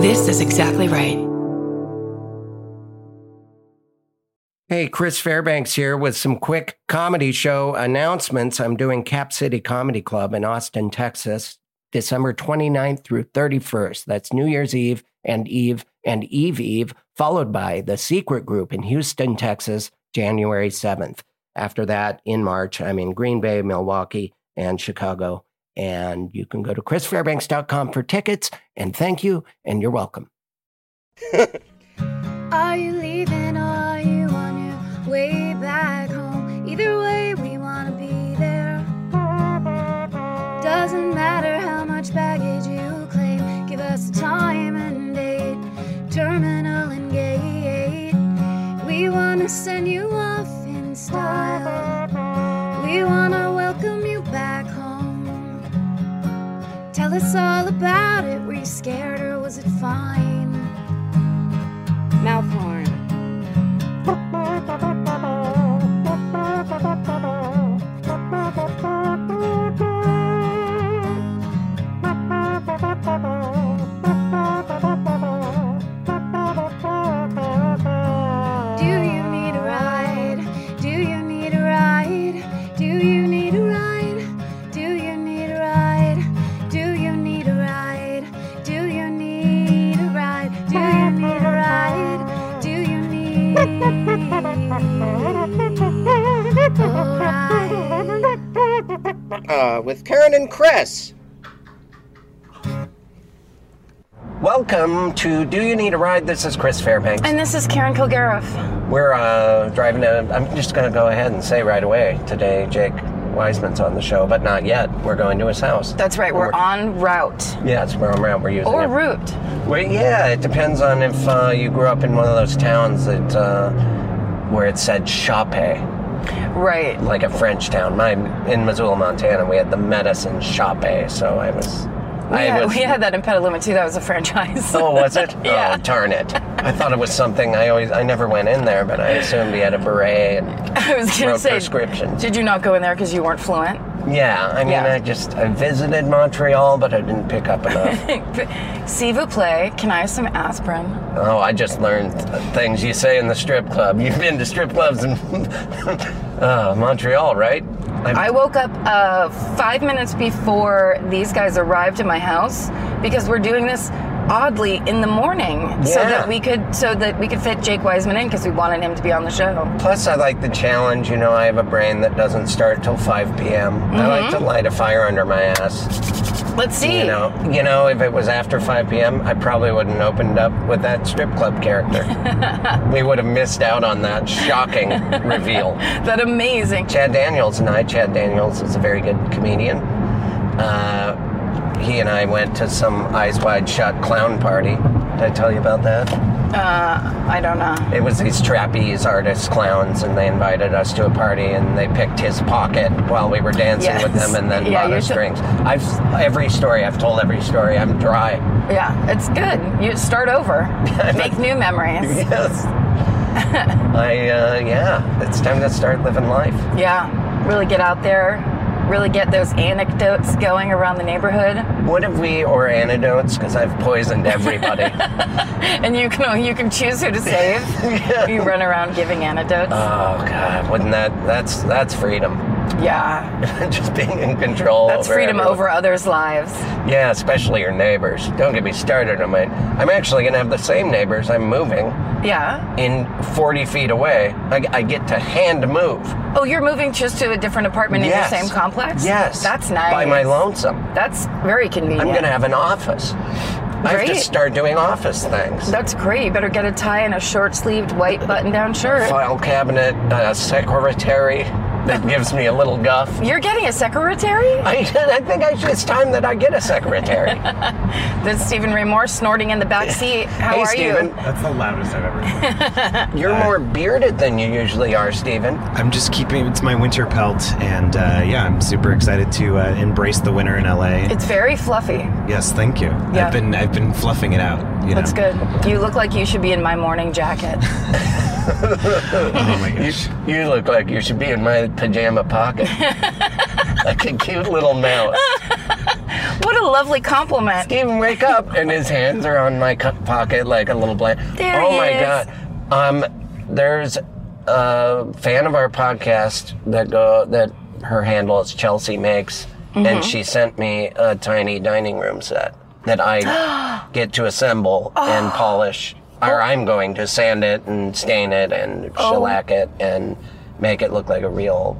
This is exactly right. Hey, Chris Fairbanks here with some quick comedy show announcements. I'm doing Cap City Comedy Club in Austin, Texas, December 29th through 31st. That's New Year's Eve and Eve and Eve Eve, followed by The Secret Group in Houston, Texas, January 7th. After that, in March, I'm in Green Bay, Milwaukee, and Chicago. And you can go to chrisfairbanks.com for tickets. And thank you, and you're welcome. Are you leaving or are you on your way back home? Either way, we want to be there. Doesn't matter how much baggage you claim, give us a time and date, terminal and gate. We want to send you off in style. We want to welcome you back home. Tell us all about it. Were you scared or was it fine? Mouth horn. Do you need a ride? Do you need a ride? Do you need a ride? Do you need a ride? Do you need a ride? Do you need a ride? Do you need a ride? Do you need a ride? Uh, with Karen and Chris. Welcome to Do You Need a Ride? This is Chris Fairbanks. And this is Karen Kilgariff. We're uh, driving to, I'm just going to go ahead and say right away today, Jake Wiseman's on the show, but not yet. We're going to his house. That's right, we're on route. Yes, we're on route. We're using Or it. route. Well, yeah, it depends on if uh, you grew up in one of those towns that uh, where it said Chape, Right. like a French town. My in Missoula, Montana, we had the medicine Chape, so I was. We I had, was, we had that in Petaluma too, that was a franchise. Oh, was it? Yeah. Oh, darn it! I thought it was something. I always, I never went in there, but I assumed he had a beret. And, I was going to wrote say, prescriptions. did you not go in there because you weren't fluent? yeah, I mean, Yeah. I just I visited Montreal, but I didn't pick up enough. See vous play, can I have some aspirin? Oh, I just learned things you say in the strip club. You've been to strip clubs in uh, Montreal, right? I'm- I woke up uh, five minutes before these guys arrived at my house because we're doing this oddly in the morning so Yeah. that we could so that we could fit Jake Wiseman in because we wanted him to be on the show. Plus, I like the challenge. You know, I have a brain that doesn't start till 5 p.m. I Mm-hmm. like to light a fire under my ass. Let's see. You know, you know, if it was after 5 p.m., I probably wouldn't have opened up with that strip club character. we would have missed out on that shocking reveal. That amazing. Chad Daniels and I, Chad Daniels is a very good comedian. Uh, he and I went to some Eyes Wide Shut clown party. Did I tell you about that? I don't know. It was these trapeze artists, clowns, and they invited us to a party and they picked his pocket while we were dancing with Yes. them and then Yeah, bought you us should- drinks. I've every story I've told every story. I'm dry. Yeah, it's good. You start over, make new memories. Yes. I uh, yeah. It's time to start living life. Yeah, really get out there, really get those anecdotes going around the neighborhood, What have we or antidotes? Because I've poisoned everybody. and you can you can choose who to save. You run around giving anecdotes. Oh God, wouldn't that that's that's freedom. yeah, Just being in control. that's over freedom everyone. over others' lives. Yeah, especially your neighbors. Don't get me started on my I'm actually gonna have the same neighbors. I'm moving Yeah. in 40 feet away. I, I get to hand move. Oh, you're moving just to a different apartment Yes. in the same complex. Yes. That's nice. By my lonesome. That's very convenient. I'm gonna have an office. I have to Great. start doing office things. That's great. You better get a tie and a short-sleeved white button-down shirt. File cabinet, uh, secretary that gives me a little guff. You're getting a secretary? I, I think I should, it's time that I get a secretary. There's Stephen Ray Moore snorting in the back seat. How hey, are Steven. you? Uh. That's the loudest I've ever heard. You're more bearded than you usually are, Steven. I'm just keeping it's my winter pelt, and uh, yeah, I'm super excited to uh, embrace the winter in LA. It's very fluffy. yes, thank you. Yeah. I've been I've been fluffing it out. You That's know? good. You look like you should be in my morning jacket. Oh my gosh. You look like you should be in my pajama pocket. like a cute little mouse. What a lovely compliment. Steven, wake up. And his hands are on my co- pocket like a little blanket. There oh he my is. God. Um, there's a fan of our podcast that go that her handle is Chelsea Makes, Mm-hmm. and she sent me a tiny dining room set that I get to assemble Oh. and polish. Or I'm going to sand it and stain it and Oh. shellac it and make it look like a real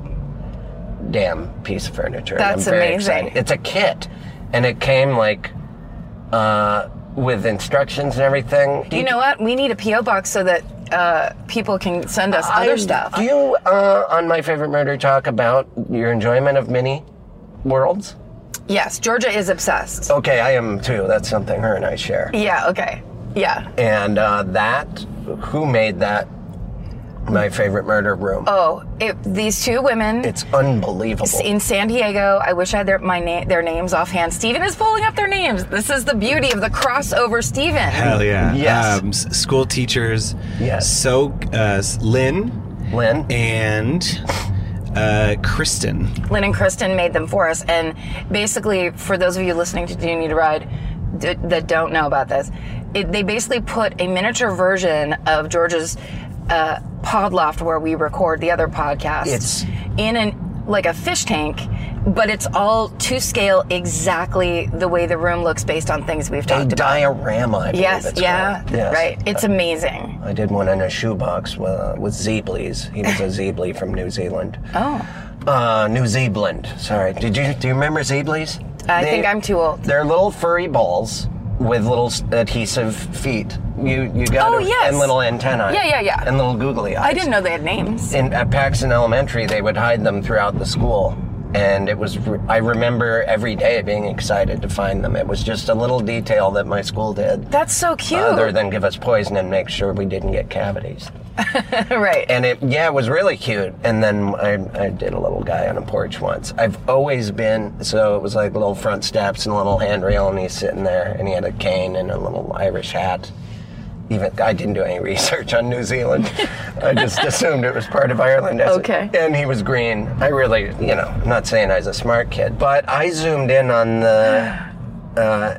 damn piece of furniture. and That's I'm very amazing. excited. It's a kit, and it came like uh, with instructions and everything. You know what? We need a PO box so that uh, people can send us other stuff. Do you uh, on my favorite murder talk about your enjoyment of mini worlds? yes, Georgia is obsessed. Okay, I am too. That's something her and I share. Yeah. Okay. Yeah. And uh, that, who made that? My favorite murder room. Oh, it, these two women. It's unbelievable. in San Diego. I wish I had their my na- their names offhand. Steven is pulling up their names. This is the beauty of the crossover, Steven. Hell yeah. Um, Yes. s- school teachers. Yes. So, uh, Lynn Lynn, and uh, Kristen. Lynn and Kristen made them for us. And basically, for those of you listening to Do You Need a Ride d- that don't know about this, it, they basically put a miniature version of George's uh, pod loft where we record the other podcast It's- in an like a fish tank. But it's all to scale exactly the way the room looks based on things we've a talked about. diorama. I believe Yes, it's yeah, called. Yes. right. It's amazing. I did one in a shoebox with, uh, with Zeeblies. He was a Zeebly from New Zealand. Oh, Uh, New Zealand. Sorry. Did you do you remember Zeeblies? I think I'm too old. They're little furry balls with little s- adhesive feet. You you got Oh, to- yes. and little antennae. Yeah, yeah, yeah. And little googly eyes. I didn't know they had names. In at Paxton Elementary, they would hide them throughout the school. And it was, re- I remember every day being excited to find them. It was just a little detail that my school did, That's so cute. other than give us poison and make sure we didn't get cavities. right. And it, yeah, it was really cute. And then I, I did a little guy on a porch once. I've always been, so it was like little front steps and a little handrail, and he's sitting there, and he had a cane and a little Irish hat. Even I didn't do any research on New Zealand. I just assumed it was part of Ireland. as- Okay. And he was green. I really, you know, I'm not saying I was a smart kid, but I zoomed in on the uh,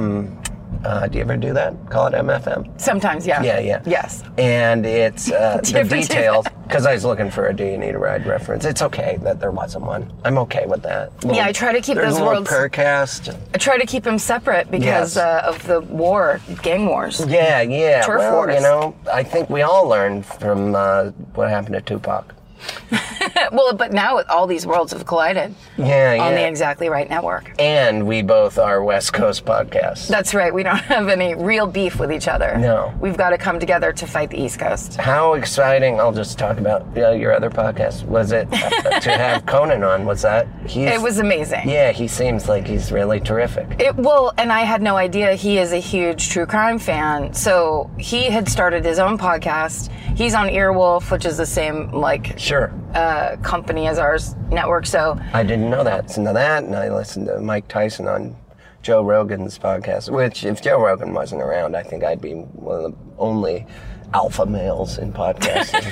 MFM. Uh, do you ever do that? Call it MFM? Sometimes, yeah. Yeah, yeah. Yes. And it's uh, Do you the have to do details because I was looking for a "Do you need a ride?" reference. It's okay that there wasn't one. I'm okay with that. Little- I try to keep there's those a little worlds- Percast. I try to keep them separate Yes. because uh, of the war, gang wars. Yeah, yeah. Turf well, wars. you know, I think we all learned from uh, what happened to Tupac. Well, but now with all these worlds have collided Yeah, yeah. on the exactly right network. and we both are West Coast podcasts. That's right. We don't have any real beef with each other. No. We've got to come together to fight the East Coast. How exciting! I'll just talk about uh, your other podcast. Was it uh, to have Conan on? Was that? He's, It was amazing. Yeah, he seems like he's really terrific. It, well, and I had no idea he is a huge true crime fan. So he had started his own podcast. He's on Earwolf, which is the same like Sure. uh, company as ours network. So I didn't know that. So now that, and I listened to Mike Tyson on Joe Rogan's podcast, which if Joe Rogan wasn't around, I think I'd be one of the only alpha males in podcasting.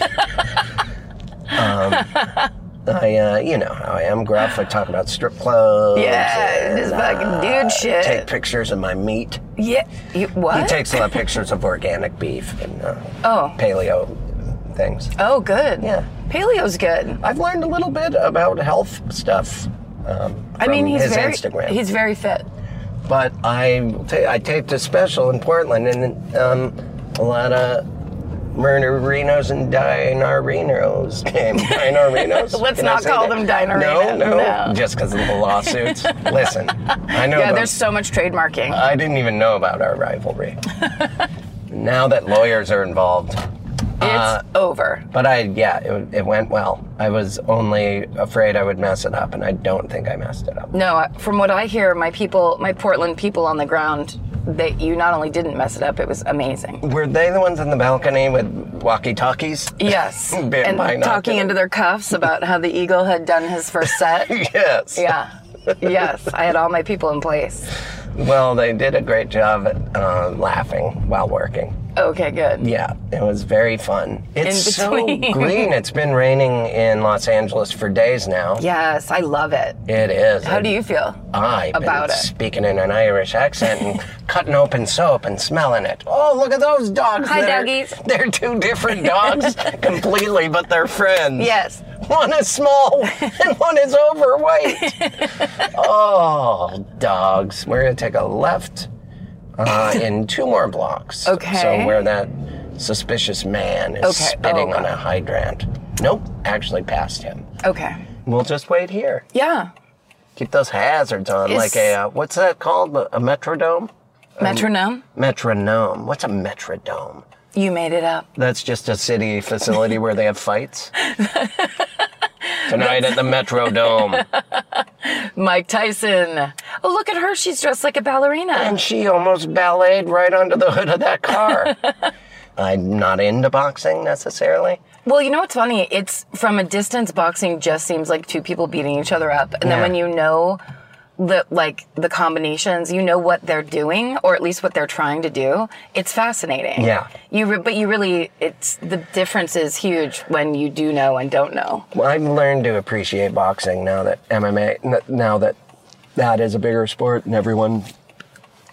um, I, uh, you know how I am. Gruff, I talk about strip clubs. yeah, and, this uh, fucking dude shit. Take pictures of my meat. yeah, you, what? He takes a lot of pictures of organic beef and uh, Oh. paleo things. Oh, good. Yeah. Paleo's good. I've learned a little bit about health stuff. Um, I mean, from he's his very Instagram. he's very fit. but I ta- I taped a special in Portland and um, a lot of murderinos and dinarinos came. Dinarinos. Let's Can I not say call that? them No, dinarinos, no, no. just because of the lawsuits. Listen, I know. Yeah, about- there's so much trademarking. I didn't even know about our rivalry. now that lawyers are involved. uh, it's over. But I, yeah, it, it went well. I was only afraid I would mess it up, and I don't think I messed it up. No, I- from what I hear, my people, my Portland people on the ground, that you not only didn't mess it up, it was amazing. Were they the ones in the balcony with walkie talkies? Yes, Been and binocular. talking into their cuffs about how the eagle had done his first set. yes. yeah, yes, I had all my people in place. Well, they did a great job at uh, laughing while working. Okay, good. Yeah, it was very fun. It's so between. green. It's been raining in Los Angeles for days now. Yes, I love it. It is. How do you feel? I about it? speaking in an Irish accent and cutting open soap and smelling it. Oh, look at those dogs! Hi, they're, doggies. They're two different dogs completely, but they're friends. Yes. One is small and one is overweight. oh, dogs! We're gonna take a left uh, in two more blocks. Okay. So where that suspicious man is Okay, spitting oh, on a hydrant. Nope, actually past him. Okay. We'll just wait here. Yeah. Um, Keep those hazards on, It's- like a uh, what's that called? A a metrodome? Metronome, Metronome. What's a metrodome? you made it up. That's just a city facility where they have fights. Tonight at the Metrodome, Mike Tyson. Oh, look at her. She's dressed like a ballerina. and she almost balleted right onto the hood of that car. I'm not into boxing necessarily. Well, you know what's funny? It's from a distance, boxing just seems like two people beating each other up. And then Yeah. when you know the like the combinations, you know what they're doing, or at least what they're trying to do. It's fascinating. Yeah. You re- but you really it's the difference is huge when you do know and don't know. Well, I've learned to appreciate boxing now that MMA, n- now that that is a bigger sport, and everyone,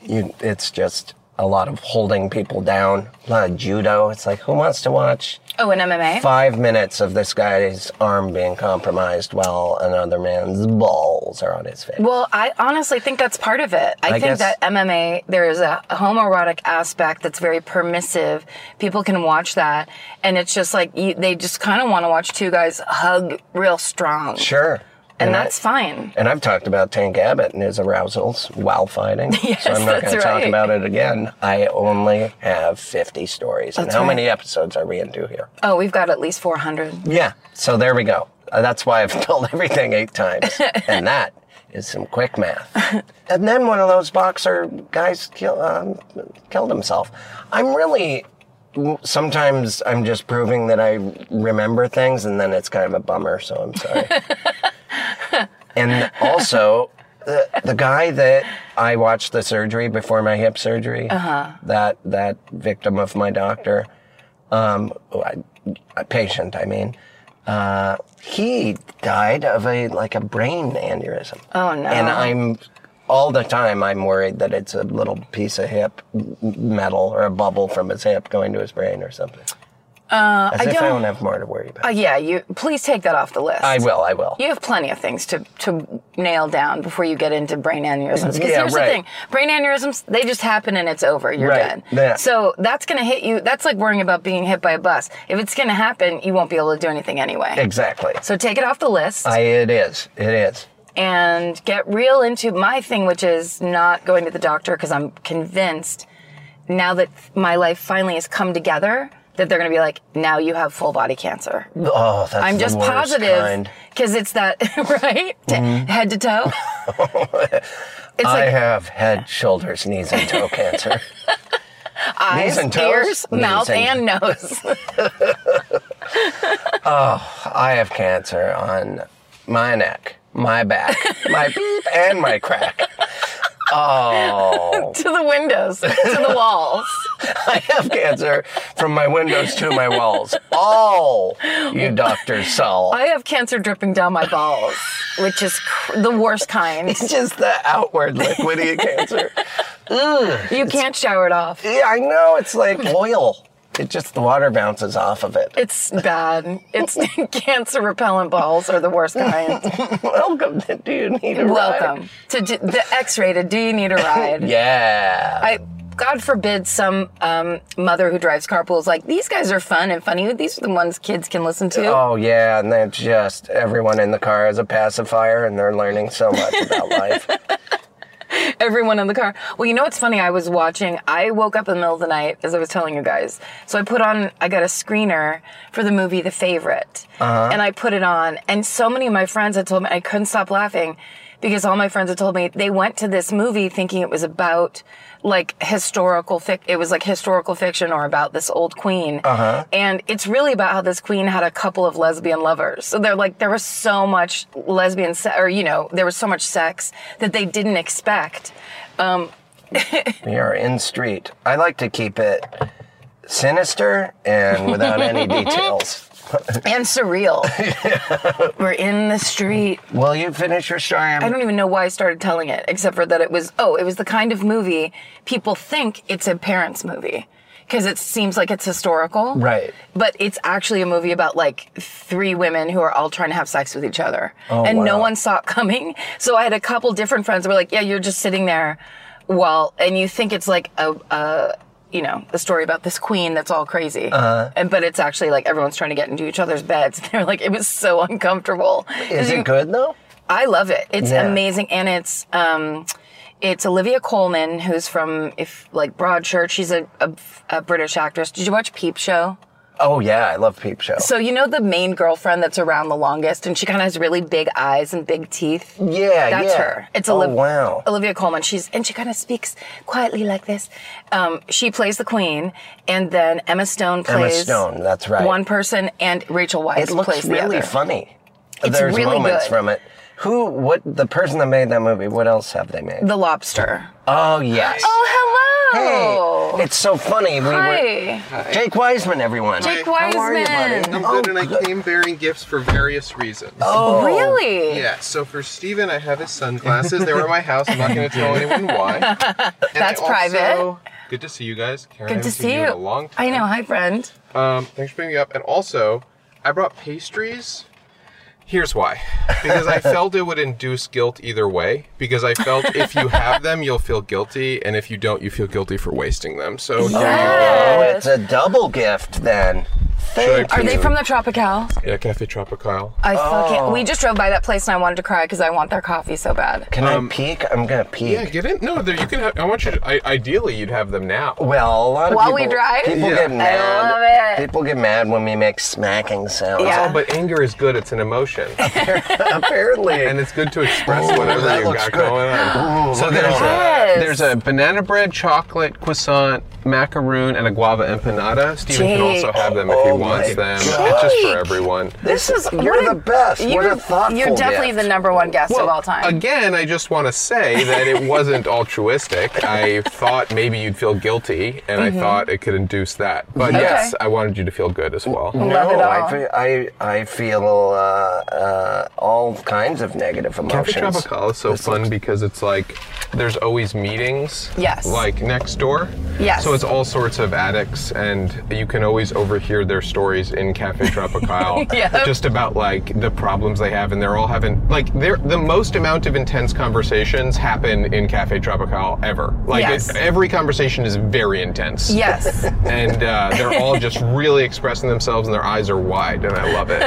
you, it's just a lot of holding people down. A lot of judo. It's like who wants to watch Oh, and MMA. five minutes of this guy's arm being compromised while another man's balls are on his face? Well, I honestly think that's part of it. I, I think guess- that MMA, there is a homoerotic aspect that's very permissive. People can watch that, and it's just like you, they just kind of want to watch two guys hug real strong. sure. And, I- that's fine. And I've talked about Tank Abbott and his arousals while fighting. Yes, so I'm not that's going to talk right. about it again. I only have 50 stories. and That's how right. many episodes are we into here? Oh, we've got at least 400. Yeah. So there we go. Uh, That's why I've told everything eight times. and that is some quick math. and then one of those boxer guys kill, um, killed himself. I'm really. Sometimes I'm just proving that I remember things, and then it's kind of a bummer, so I'm sorry. and also, the, the guy that I watched the surgery before my hip surgery, Uh-huh. that, that victim of my doctor, um, I- a patient, I mean, uh, he died of a like a brain aneurysm. Oh, no. And I'm all the time I'm worried that it's a little piece of hip m- metal or a bubble from his hip going to his brain or something. Uh, As I if I don't- don't have more to worry about. Uh, yeah, you please take that off the list. I will. I will. You have plenty of things to, to nail down before you get into brain aneurysms. Because Yeah, here's right. the thing brain aneurysms, they just happen and it's over. You're Right. dead. Yeah. So that's going to hit you. That's like worrying about being hit by a bus. If it's going to happen, you won't be able to do anything anyway. Exactly. So take it off the list I, it is. It is. and get real into my thing, which is not going to the doctor because I'm convinced now that my life finally has come together that they're going to be like, now you have full body cancer. Oh, that's I'm the just worst positive kind. Mm-hmm. because it's that right T- head to toe. it's I like have head, shoulders, knees, and toe cancer. eyes, knees and toes? ears, Knees mouth, and and- nose. I have cancer on my neck, my back, my beep, and my crack. Oh, to the windows, to the walls. I have cancer from my windows to my walls. All you Dr. Saul. I have cancer dripping down my balls, which is cr- the worst kind. It's just the outward liquidy cancer. You can't shower it off. Yeah, I know, it's like oil. It just, the water bounces off of it. It's bad. It's cancer repellent balls are the worst kind. Welcome to Do You Need a Ride? Welcome to d- the X-rated. Do you need a ride? Yeah. I God forbid some um, mother who drives carpool is like, these guys are fun and funny. These are the ones kids can listen to. Oh yeah, and they're just everyone in the car is a pacifier, and they're learning so much about life. Everyone in the car. Well, you know what's funny? I was watching, I woke up in the middle of the night, as I was telling you guys. So I put on, I got a screener for the movie The Favorite. And I put it on. And so many of my friends had told me, I couldn't stop laughing because all my friends had told me they went to this movie thinking it was about like historical fic it was like historical fiction or about this old queen and it's really about how this queen had a couple of lesbian lovers so they're like there was so much lesbian se- or you know there was so much sex that they didn't expect We are in street. I like to keep it sinister and without any details. and surreal. We're in the street. Will you finish your story? I'm- I don't even know why I started telling it, except for that it was, oh, it was the kind of movie people think it's a parents' movie because it seems like it's historical. Right. But it's actually a movie about like three women who are all trying to have sex with each other. and no Oh, wow. one saw it coming. So I had a couple different friends who were like, yeah, you're just sitting there while, and you think it's like a, a you know, a story about this queen that's all crazy. Uh-huh. And but it's actually like everyone's trying to get into each other's beds. They're like, it was so uncomfortable. 'Cause Is you- it good though? I love it. It's Yeah. amazing, and it's um, it's Olivia Colman, who's from if like Broadchurch. She's a, a, a British actress. Did you watch Peep Show? Oh yeah, I love Peep Show. So you know the main girlfriend that's around the longest, and she kind of has really big eyes and big teeth. yeah, That's yeah. her. It's oh Olivia. wow. Olivia Colman. She's and she kind of speaks quietly like this. Um, she plays the queen, and then Emma Stone Emma plays Stone. That's right. one person, and Rachel Weisz it looks plays the really other. funny. It's There's really moments good. from it. Who? What? The person that made that movie? What else have they made? The Lobster. oh yes. Oh hello. Hey, it's so funny. We were Hi. Jake Wiseman, everyone. Jake Hi. How are you, Wiseman. I'm Oh, good, and I good. came bearing gifts for various reasons. Oh, Really? Yeah, so for Steven, I have his sunglasses. They were at my house. I'm not going to tell anyone why. And That's I also- private. Good to see you guys. Karen, I Good haven't to see seen you. you. In a long time. I know. Hi, friend. Um, thanks for bringing me up. And also, I brought pastries. Here's why. Because I felt it would induce guilt either way. Because I felt if you have them, you'll feel guilty. And if you don't, you feel guilty for wasting them. So here you Oh, it's Yes. a double gift then. Thank I- Are you. they from the Tropical? go. Yeah, Cafe Tropical. I fucking. Oh. We just drove by that place and I wanted to cry because I want their coffee so bad. Can I peek? I'm gonna peek. Um, Yeah, get in. No, there you can. Have, I want you to. I, ideally, you'd have them now. Well, a lot of While people, we drive? people Yeah. get I mad. love it. People get mad when we make smacking sounds. Yeah. Oh, but anger is good. It's an emotion, Apparently. and it's good to express Ooh, whatever Oh, that you looks got good. going on. Ooh, so look at there's a, that. there's a banana bread, chocolate croissant, macaroon, and a guava empanada. Steven can also Jake. have them if Oh he wants my them. God. It's just Jake. for everyone. this is what you're a- the best. what a thoughtful You're definitely gift. the number one guest of all time. Again, I just want to say that it wasn't altruistic. I thought maybe you'd feel guilty, and Mm-hmm. I thought it could induce that. But Okay. yes, I wanted you to feel good as well. no, Love it all. I feel, I, I feel uh, uh, all kinds of negative Cafe emotions. Tropical is so fun because it's like there's always meetings. Yes. Like next door. Yes. So it's all sorts of addicts, and you can always overhear their stories in Cafe Tropical. Yep. Just about like the problems they have, and they're all having like they're the most amount of intense conversations happen in Cafe Tropical ever. Like Yes. it, every conversation is very intense. Yes. And uh, they're all just really expressing themselves, and their eyes are wide, and I love it.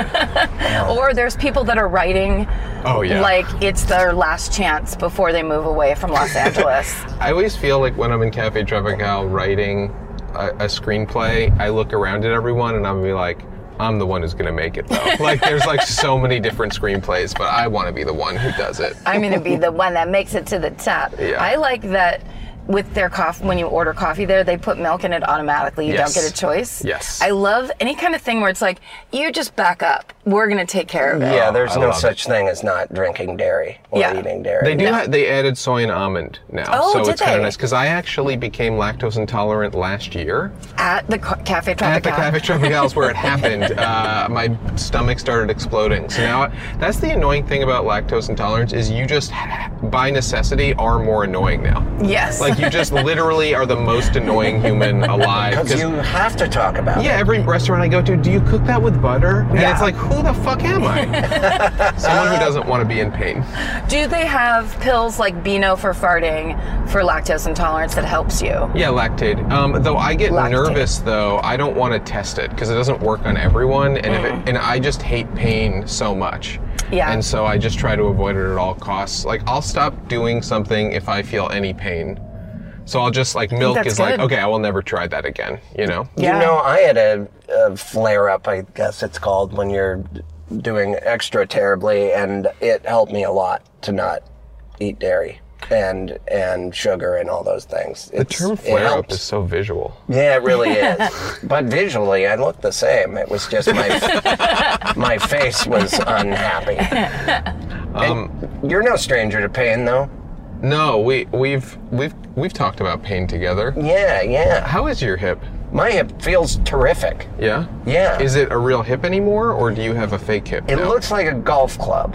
or there's people that are writing. Oh yeah. Like it's their last chance before they move away from Los Angeles. I always feel like when I'm in Cafe Tropical writing a, a screenplay, I look around at everyone and I'm be like, I'm the one who's gonna make it though. like there's like so many different screenplays, but I want to be the one who does it. I'm going to be the one that makes it to the top. Yeah. I like that with their coffee, when you order coffee there, they put milk in it automatically. You Yes. don't get a choice. Yes. I love any kind of thing where it's like, you just back up. We're going to take care of it. Yeah, there's Oh, I no love such thing as not drinking dairy or Yeah. eating dairy. They do. ha- they added soy and almond now, Oh, so did it's kind they? of nice. Because I actually became lactose intolerant last year At the co- Cafe Tropical. at the Cafe Tropical is where it happened. Uh, my stomach started exploding. So now that's the annoying thing about lactose intolerance is you just by necessity are more annoying now. Yes. Like you just literally are the most annoying human alive. Because 'Cause- you have to talk about yeah, every restaurant I go to, do you cook that with butter? And Yeah. it's like, who the fuck am I? Someone who doesn't want to be in pain. Do they have pills like Beano for farting for lactose intolerance that helps you? Yeah, lactate. Um, though I get Lactate. nervous though. I don't want to test it because it doesn't work on everyone, and if it, and I just hate pain so much. Mm. Yeah. And so I just try to avoid it at all costs. Like I'll stop doing something if I feel any pain. So I'll just like milk that's is like good. okay, I will never try that again. You know. it. You know, I had a, a flare up, I guess it's called, when you're doing extra terribly, and it helped me a lot to not eat dairy and and sugar and all those things. The term flare up is so visual. Yeah, it really is. but visually, I looked the same. It was just my my face was unhappy. Um, And you're no stranger to pain, though. No, we we've we've we've talked about pain together. Yeah, yeah. How is your hip? My hip feels terrific. Yeah. Yeah. Is it a real hip anymore, or do you have a fake hip? It now? looks like a golf club,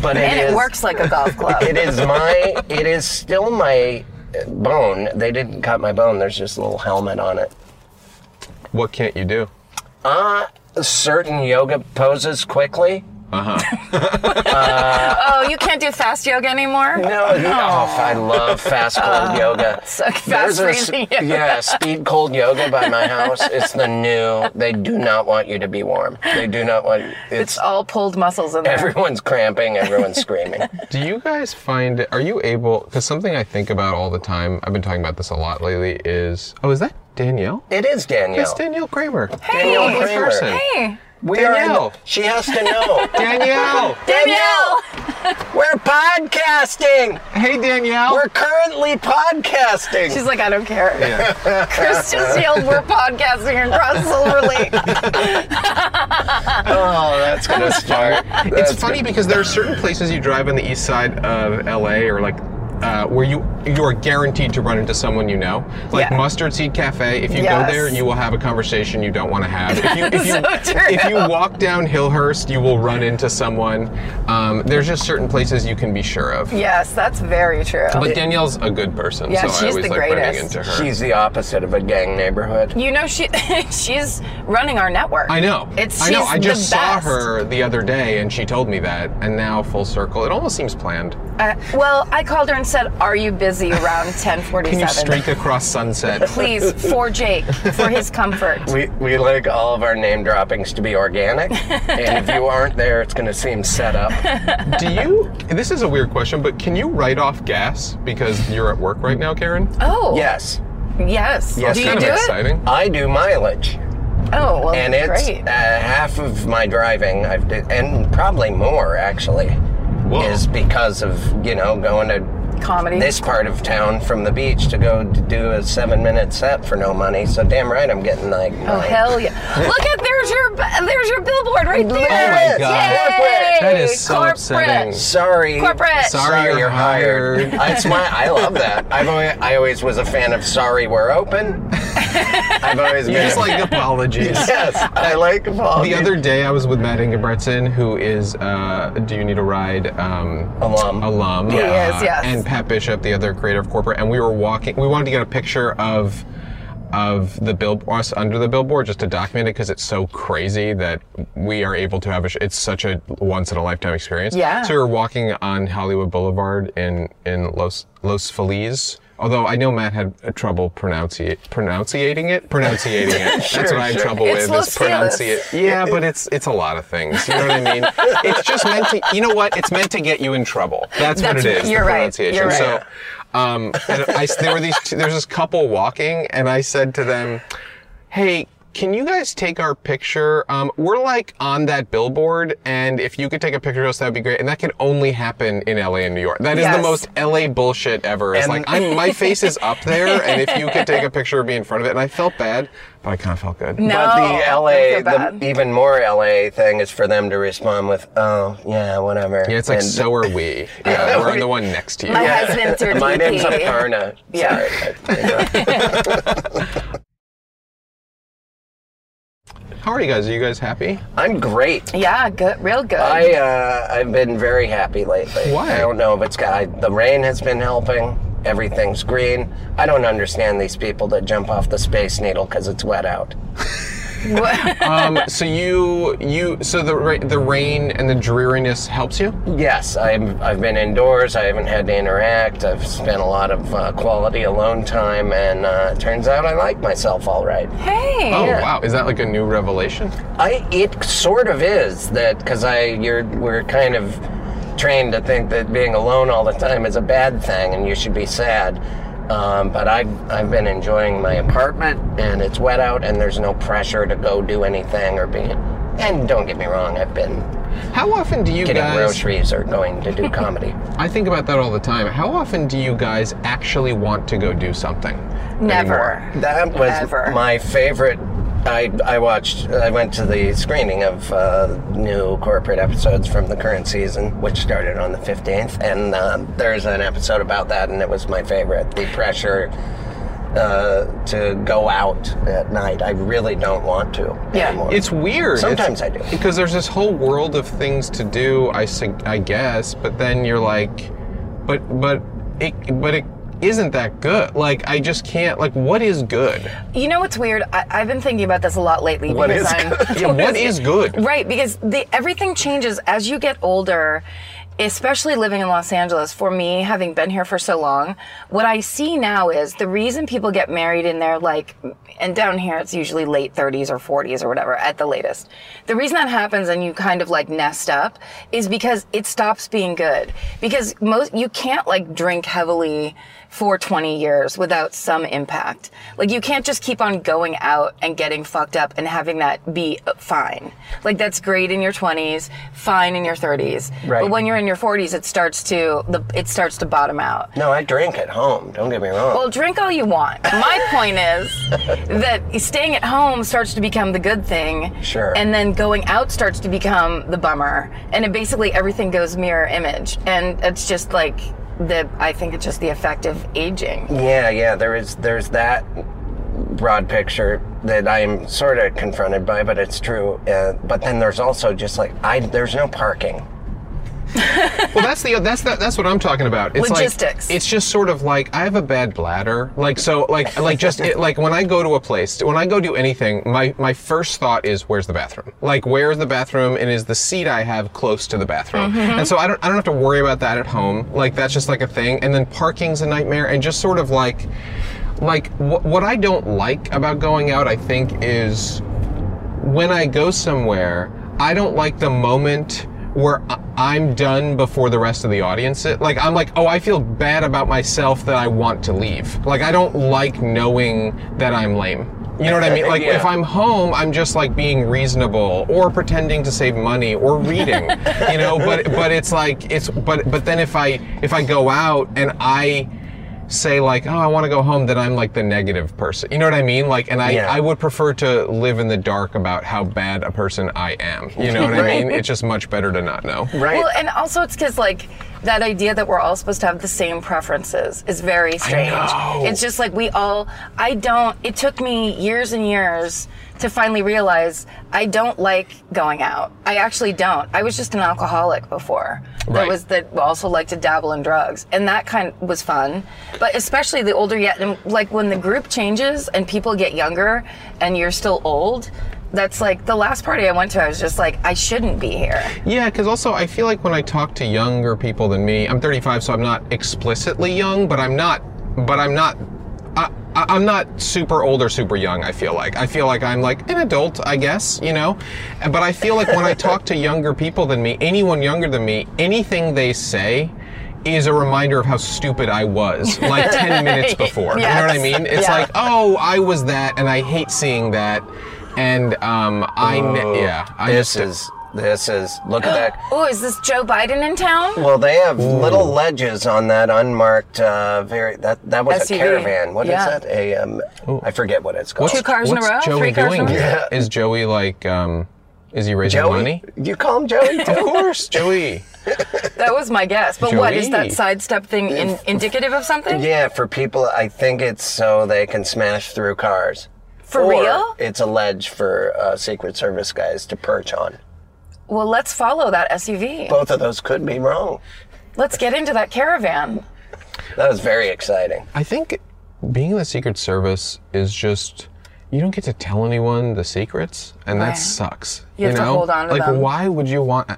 but And is, it works like a golf club. It is my. It is still my uh, bone. They didn't cut my bone. There's just a little helmet on it. What can't you do? Certain yoga poses quickly. oh, you can't do fast yoga anymore? No, no. Oh, I love fast cold yoga. Oh, so fast There's a s- freezing yoga. Yeah, speed cold yoga by my house. It's the new. They do not want you to be warm. They do not want. It's, It's all pulled muscles in there. everyone's cramping. Everyone's screaming. Do you guys find? Are you able? Because something I think about all the time. I've been talking about this a lot lately. Is oh, is that Danielle? It is Danielle. It's Danielle Kramer. Danielle Hey, Kramer. person. Hey, We are in- Danielle. she has to know. Danielle. Danielle, we're podcasting. hey, Danielle. We're currently podcasting. She's like, I don't care. Chris just yelled, we're podcasting across Silver Lake. oh, that's gonna start. it's That's funny because there are certain places you drive on the east side of LA or like uh, where you you are guaranteed to run into someone you know, like Yeah. Mustard Seed Cafe. If you Yes. go there, you will have a conversation you don't want to have. If you if you, So true. if you walk down Hillhurst, you will run into someone. Um, there's just certain places you can be sure of. yes, that's very true. But Danielle's a good person, Yeah, so I she's always the like running greatest. into her. She's the opposite of a gang neighborhood. you know, she she's running our network. I know. It's I know. she's I just the saw best. her the other day, and she told me that, and now full circle. It almost seems planned. Uh, well, I called her and said, "Are you busy around 10:47?" Can you streak across sunset? Please, for Jake, for his comfort. We, we like all of our name droppings to be organic, and if you aren't there, it's going to seem set up. Do you? This is a weird question, but can you write off gas because you're at work right now, Karen? Oh, Yes, yes. Yes, do you kind do of it? exciting. I do mileage, Oh, well, and it's great. uh, half of my driving. I've did, and probably more actually Whoa. is because of you know going to Comedy. this part of town from the beach to go to do a seven minute set for no money. So damn right, I'm getting like Oh mine. hell yeah! Look at there's your there's your billboard right there. at it. God. Yay! That is so Corporate. upsetting. Sorry. Corporate. Sorry, you're hired. That's my. I love that. I've always, I always was a fan of Sorry We're Open. I've always You been. just like apologies. yes, I like Oh, Paul. The other day, I was with Matt Ingebretson, who is uh, Do You Need a Ride um, Alum. alum. uh, He is, yes. And Pat Bishop, the other creator of corporate, and we were walking. We wanted to get a picture of of the billboard us under the billboard just to document it because it's so crazy that we are able to have a sh- it's such a once in a lifetime experience Yeah. so we were walking on hollywood boulevard in in los los feliz although i know matt had uh, trouble pronouncing it pronunciating it pronunciating it that's what i had trouble It's with Los is Feliz. pronunciate yeah, but it's it's a lot of things. You know what I mean? it's just meant to. You know what? It's meant to get you in trouble. That's, That's- what it is. you're the right, pronunciation. you're right. So, um, and I, there were these. two- There's this couple walking, and I said to them, "Hey." Can you guys take our picture? Um, we're like on that billboard, and if you could take a picture of us, that'd be great. And that can only happen in LA and New York. That is Yes. the most LA bullshit ever. It's And- like I'm, my face is up there, and if you could take a picture of me in front of it, and I felt bad, but I kind of felt good. No, But I the feel LA, bad. the even more LA thing is for them to respond with, "Oh yeah, whatever." Yeah, it's like And- so are we. Yeah, we're on the one next to you. My husband's your My DP. name's Aparna. Yeah. Sorry. How are you guys? Are you guys happy? I'm great. Yeah, good, real good. I uh, I've been very happy lately. Why? I don't know if it's got I, the rain has been helping. Everything's green. I don't understand these people that jump off the space needle because it's wet out. Um, so you you so the ra- the rain and the dreariness helps you. Yes, I'm, I've been indoors. I haven't had to interact. I've spent a lot of uh, quality alone time, and uh, it turns out I like myself all right. hey, Oh wow, is that like a new revelation? I it sort of is that because I you're we're kind of trained to think that being alone all the time is a bad thing and you should be sad. Um, but I I've been enjoying my apartment and it's wet out and there's no pressure to go do anything or be. And don't get me wrong, I've been How often do you getting guys? groceries or going to do comedy. I think about that all the time. How often do you guys actually want to go do something? never. That was Ever. my favorite. I, I watched. I went to the screening of uh, new corporate episodes from the current season, which started on the fifteenth, and uh, there's an episode about that, and it was my favorite. The pressure uh, to go out at night. I really don't want to Yeah. anymore. It's weird. Sometimes It's- I do. because there's this whole world of things to do. I sug- I guess, but then you're like, but but it but it isn't that good. Like I just can't. Like what is good? You know what's weird? I, I've been thinking about this a lot lately. What because is I'm, Yeah, what is good? Right, because the, everything changes as you get older, especially living in Los Angeles. For me, having been here for so long, what I see now is the reason people get married in their like, and down here it's usually late 30s or 40s or whatever at the latest. The reason that happens and you kind of like nest up is because it stops being good. Because most, you can't like drink heavily for 20 years without some impact. Like you can't just keep on going out and getting fucked up and having that be uh, fine. Like that's great in your 20s, fine in your 30s. Right. But when you're in your 40s, it starts to the it starts to bottom out. No, I drink at home. Don't get me wrong. Well, drink all you want. My point is that staying at home starts to become the good thing. Sure. And then going out starts to become the bummer. And it basically everything goes mirror image. And it's just like the I think it's just the effect of aging. yeah, yeah. There is there's that broad picture that I'm sort of confronted by, but it's true. Uh, but then there's also just like I there's no parking. Well, that's the that's that, that's what I'm talking about. It's like- Logistics. it's just sort of like I have a bad bladder. Like so, like like just it, like when I go to a place, when I go do anything, my my first thought is where's the bathroom? Like where's the bathroom? And is the seat I have close to the bathroom? And so I don't I don't have to worry about that at home. Like that's just like a thing. And then parking's a nightmare. And just sort of like like wh- what I don't like about going out, I think is when I go somewhere, I don't like the moment where I- I'm done before the rest of the audience. It- Like I'm like, oh, I feel bad about myself that I want to leave. Like I don't like knowing that I'm lame. You know what I mean? Like if I'm home, I'm just like being reasonable or pretending to save money or reading. you know, but but it's like it's but but then if I if I go out and I say like, oh, I want to go home, then I'm like the negative person. You know what I mean? Like, and I, Yeah. I would prefer to live in the dark about how bad a person I am. You know what I mean? It's just much better to not know. Right. Well, and also it's because like that idea that we're all supposed to have the same preferences is very strange. know. It's just like we all. I don't. It took me years and years to finally realize I don't like going out. I actually don't. I was just an alcoholic before. That Right. was that also liked to dabble in drugs, and that kind was fun. But especially the older yet, and like when the group changes and people get younger, and you're still old. That's like the last party I went to. I was just like, I shouldn't be here. Yeah, because also I feel like when I talk to younger people than me, I'm 35, so I'm not explicitly young, but I'm not, but I'm not, I, I- I'm not super old or super young. I feel like I feel like I'm like an adult, I guess, you know. And- But I feel like when I talk to younger people than me, anyone younger than me, anything they say. Is a reminder of how stupid I was like 10 minutes before. You know what I Yes. mean? It's Yeah. like, oh, I was that and I hate seeing that. And um, I, ne- yeah, I Oh. this just, is this is look at that. Oh, is this Joe Biden in town? Well, they have little ledges on that unmarked. Uh, very that that was SUV. a caravan. What is Yeah. that? A um, I forget what it's called. Two cars in a What's row? Joey Three cars in a doing? row? here? Is Joey like, um, is he raising Joey. money? You call him Joey? Of course, Joey. That was my guess. But what is Joey. that sidestep thing in, indicative of something? yeah, for people, I think it's so they can smash through cars. For Or real? It's a ledge for uh, Secret Service guys to perch on. Well, let's follow that SUV. Both of those could be wrong. Let's get into that caravan. That was very exciting. I think being in the Secret Service is just. You don't get to tell anyone the secrets, and that Right. sucks. You have to know? hold on to like, them. why would you want?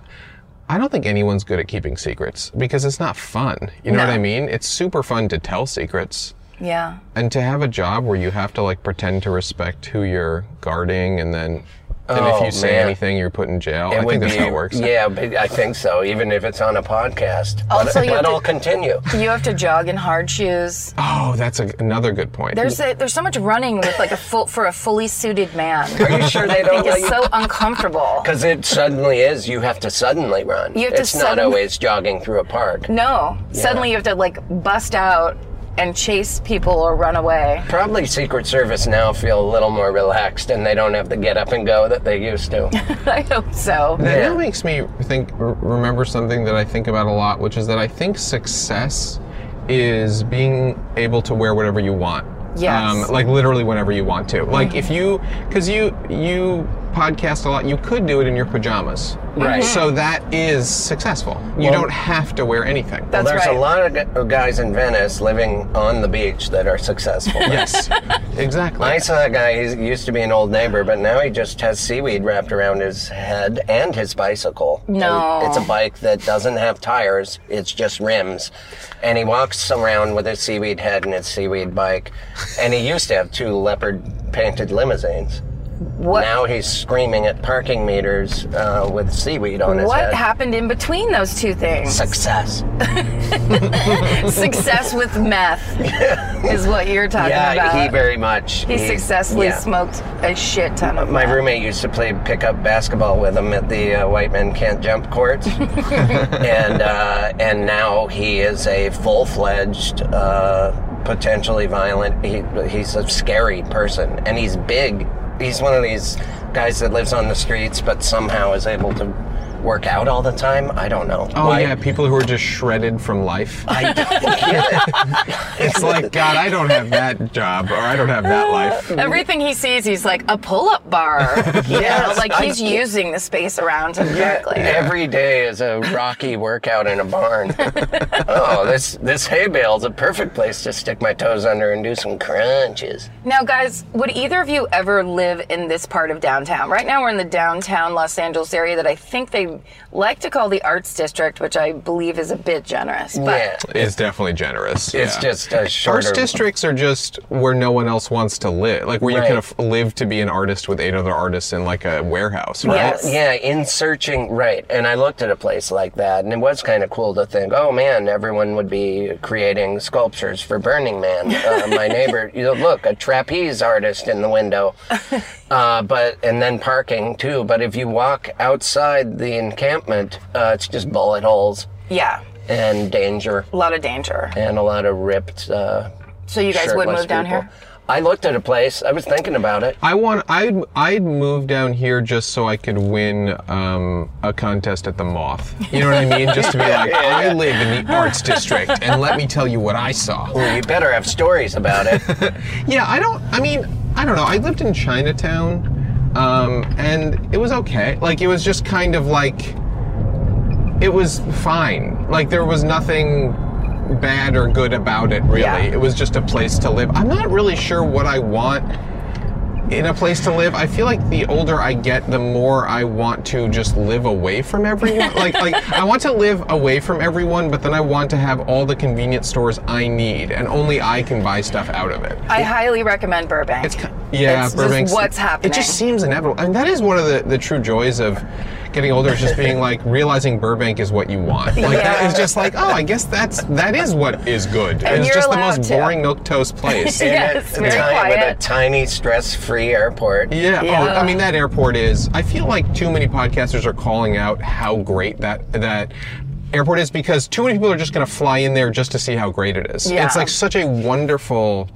I don't think anyone's good at keeping secrets because it's not fun. You know No. what I mean? It's super fun to tell secrets, Yeah. and to have a job where you have to like pretend to respect who you're guarding, and then, and if Oh, you say man. anything, you're put in jail. I would think that's be- how it works. Yeah, but I think so. Even if it's on a podcast, Also, but, you but have to- I'll continue. You have to jog in hard shoes. Oh, that's a, another good point. There's a, there's so much running with like a full for a fully suited man. Are you sure they I think don't let it's you? so uncomfortable. Because it suddenly is. You have to suddenly run. You have to it's not sudden- always jogging through a park. No. Suddenly you have to like bust out and chase people or run away. Probably Secret Service now feel a little more relaxed and they don't have the get up and go that they used to. I hope so. that Yeah. now makes me think r- remember something that I think about a lot, which is that I think success is being able to wear whatever you want. Um, Yes. like literally whenever you want to. Like if you, because you you podcast a lot, you could do it in your pajamas. Right. So that is successful. You Well- don't have to wear anything. That's There's right. a lot of gu- of guys in Venice living on the beach that are successful. yes. exactly. I saw a guy, he used to be an old neighbor, but now he just has seaweed wrapped around his head and his bicycle. No. And it's a bike that doesn't have tires, it's just rims. And he walks around with his seaweed head and his seaweed bike. And he used to have two leopard painted limousines. What? Now he's screaming at parking meters uh, with seaweed on his What head. happened in between those two things? Success. Success with meth is what you're talking about. Yeah, he very much. Mm. He successfully yeah. smoked a shit ton of My meth. roommate used to play pickup basketball with him at the uh, White Men Can't Jump courts, and uh, and now he is a full fledged, uh, potentially violent. He, he's a scary person, and he's big. He's one of these guys that lives on the streets, but somehow is able to work out all the time. I don't know. Oh Why- yeah, people who are just shredded from life. I it's like God, I don't have that job, or I don't have that life. Everything he sees, he's like a pull-up bar. You know, Yes, like I he's get- using the space around him correctly. Every day is a rocky workout in a barn. oh, this this hay bale is a perfect place to stick my toes under and do some crunches. Now, guys, would either of you ever live in this part of downtown? Right now, we're in the downtown Los Angeles area that I think they like to call the Arts District, which I believe is a bit generous. But yeah, It's definitely generous. it's yeah. just a shorter. Arts districts are just where no one else wants to live, like where you Right. can aff live to be an artist with eight other artists in like a warehouse, right? Yes. Yeah, in searching, right. And I looked at a place like that, and it was kind of cool to think, oh man, everyone would be creating sculptures for Burning Man. Uh, my neighbor, you know, look, a trapeze artist in the window. Uh, but and then parking too. But if you walk outside the encampment, uh, it's just bullet holes yeah, and danger a lot of danger. and a lot of ripped. Uh, So you guys would shirtless move down people. here? I looked at a place. I was thinking about it. I want. I'd I'd move down here just so I could win um, a contest at the Moth. You know what I mean? Just to be like, I live in the Arts District, and let me tell you what I saw. You better have stories about it. Yeah, I don't. I mean, I don't know. I lived in Chinatown, um, and it was okay. Like it was just kind of like it was fine. Like there was nothing bad or good about it. Really, Yeah. it was just a place to live. I'm not really sure what I want in a place to live. I feel like the older I get, the more I want to just live away from everyone. like like I want to live away from everyone, but then I want to have all the convenience stores I need and only I can buy stuff out of it. I highly recommend Burbank. It's ki- yeah, It's just Burbank's. what's happening. It just seems inevitable, and that is one of the, the true joys of getting older is just being like realizing Burbank is what you want. Like that Yeah. is just like oh, I guess that's that is what is good. And it's you're just the allowed most to. boring milk toast place. Yeah. yeah. Yes, In a very time With a quiet. tiny, stress-free airport. Oh, I mean that airport is. I feel like too many podcasters are calling out how great that that. Airport is because too many people are just going to fly in there just to see how great it is. Yeah. It's like such a wonderful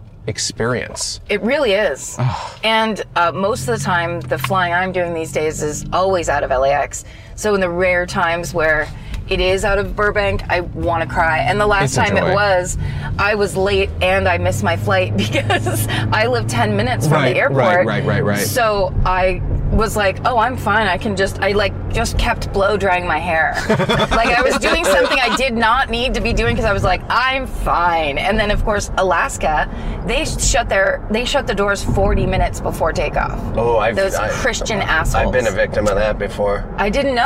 experience. It really is. And uh, most of the time, the flying I'm doing these days is always out of LAX. So in the rare times where it is out of Burbank, I want to cry. And the last It's a time it joy. was, I was late and I missed my flight because I live 10 minutes from Right, the airport. right, right, right, right. So I was like, oh, I'm fine. I can just, I like just kept blow drying my hair. like I was doing something I did not need to be doing because I was like, I'm fine. And then of course, Alaska, they shut their, they shut the doors 40 minutes before takeoff. Oh, I've- Those I've- Christian assholes. I've been a victim of that before. I didn't know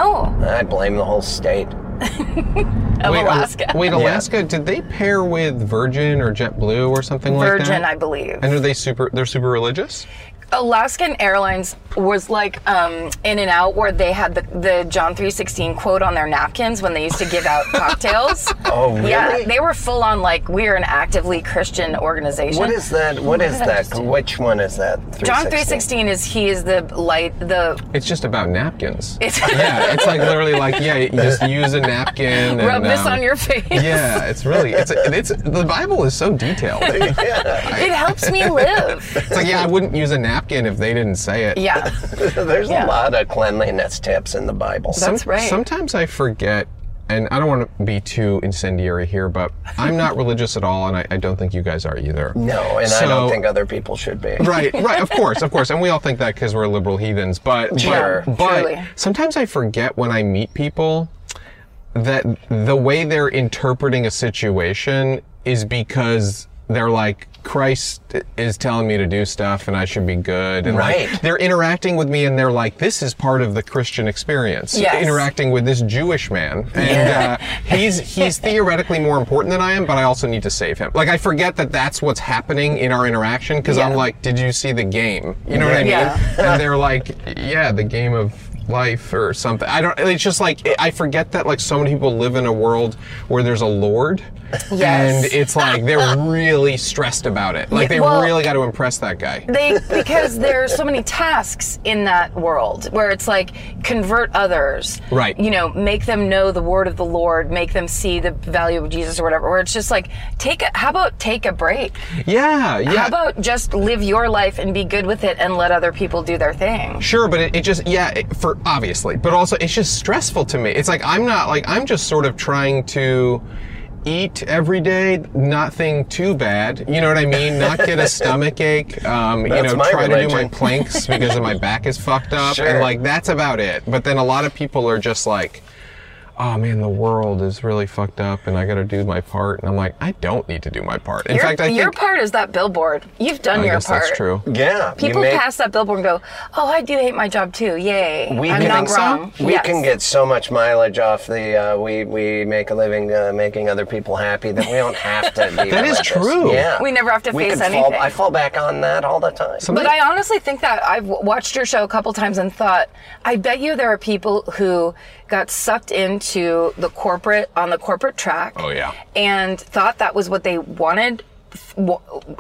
I blame the whole state. of Wait, Al- Alaska. Wait, Alaska, did they pair with Virgin or JetBlue or something like that? Virgin, I believe. And are they super? They're super religious. Alaskan Airlines was like um, In and Out, where they had the, the John three sixteen quote on their napkins when they used to give out cocktails. Oh, really? Yeah, they were full on like we're an actively Christian organization. What is that? What is that? Which one is that? John three sixteen? Is he is the light the It's just about napkins. It's- yeah, it's like literally like yeah, you just use a napkin. rub and, this um, on your face? Yeah, it's really it's it's the Bible is so detailed. It's It helps me live. like yeah, I wouldn't use a napkin if they didn't say it. Yeah, There's Yeah. a lot of cleanliness tips in the Bible. that's right. Sometimes I forget and I don't want to be too incendiary here, but I'm not religious at all, and I, I don't think you guys are either. No, and I don't So- think other people should be. Right, right, of course, of course. And we all think that because we're liberal heathens. But, but- Sure. but, Truly. sometimes I forget when I meet people that the way they're interpreting a situation is because they're like, Christ is telling me to do stuff and I should be good. And Right. like, they're interacting with me and they're like, this is part of the Christian experience. Yes. Interacting with this Jewish man. And uh, he's, he's theoretically more important than I am, but I also need to save him. Like, I forget that that's what's happening in our interaction because I'm Yeah. like, did you see the game? You know what I mean? Yeah. and they're like, yeah, the game of life or something. I don't, it's just like, I forget that like so many people live in a world where there's a Lord. Yes. And it's like, they're really stressed about it. Like, they Yeah, well- really got to impress that guy. They because there's so many tasks in that world where it's like convert others, Right. You know, make them know the word of the Lord, make them see the value of Jesus or whatever. Where it's just like take a how about take a break? Yeah, yeah. How about just live your life and be good with it and let other people do their thing? Sure, but it, it just yeah, it, for obviously, but also it's just stressful to me. It's like I'm not like I'm just sort of trying to eat every day, nothing too bad. You know what I mean? Not get a stomach ache. Um, you That's know, my try to do my religion. planks because of my back is fucked up, Sure. and like that's about it. But then a lot of people are just like. Oh man, the world is really fucked up, and I got to do my part. And I'm like, I don't need to do my part. In your, fact, I your think part is that billboard. You've done I your guess part. that's true. Yeah. you People make- pass that billboard and go, "Oh, I do hate my job too. Yay! We I'm can- not Think so? wrong." We Yes. can get so much mileage off the uh, we we make a living uh, making other people happy that we don't have to. Be That is religious. true. Yeah, We never have to we face can anything. Fall, I fall back on that all the time. But I honestly think that I've w- watched your show a couple times and thought, I bet you there are people who got sucked into the corporate on the corporate track. Oh, yeah. And thought that was what they wanted, f- w-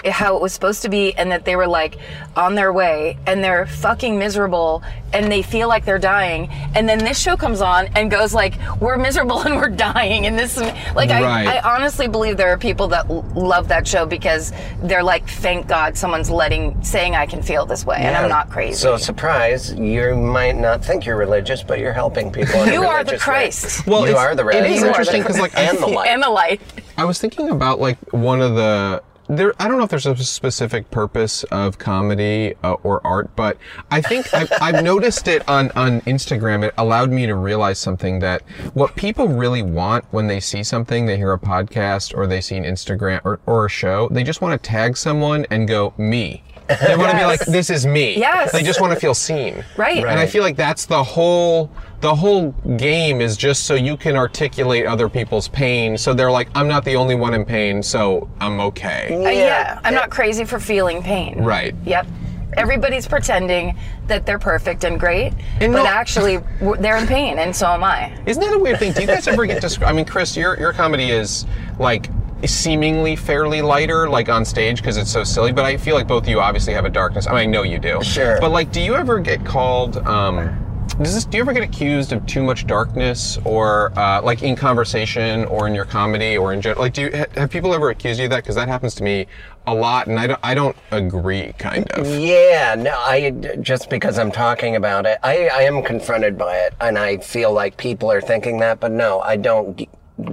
how it was supposed to be, and that they were like on their way, and they're fucking miserable, and they feel like they're dying. And then this show comes on and goes like, "We're miserable and we're dying," and this is like Right. I, I honestly believe there are people that l- love that show because they're like, thank God someone's letting, saying I can feel this way and I'm not crazy. So surprise, you might not think you're religious, but you're helping people. in a you are religious the way. Christ Well, you it's- are the it religious. is You are interesting the- because like I and the light. and the light. I was thinking about like one of the there. I don't know if there's a specific purpose of comedy uh, or art, but I think I've, I've noticed it on on Instagram. It allowed me to realize something that what people really want when they see something, they hear a podcast or they see an Instagram or, or a show, they just want to tag someone and go me. They want to be Yes. like, "This is me." Yes. They just want to feel seen. Right. And I feel like that's the whole the whole game is just so you can articulate other people's pain. So they're like, I'm not the only one in pain, so I'm okay. Uh, Yeah. I'm not crazy for feeling pain. Right. Yep. Everybody's pretending that they're perfect and great, And but no- actually w- they're in pain, and so am I. Isn't that a weird thing? Do you guys ever get to? I mean, Chris, your your comedy is like seemingly fairly lighter, like on stage, because it's so silly. But I feel like both of you obviously have a darkness. I mean, I know you do. Sure. But like, do you ever get called? Um, does this, do you ever get accused of too much darkness, or uh, like in conversation, or in your comedy, or in general? Like, do you ha- have people ever accused you of that? Because that happens to me a lot, and I don't I don't agree. Kind of. Yeah, no, I just because I'm talking about it, I, I am confronted by it, and I feel like people are thinking that, but no, I don't.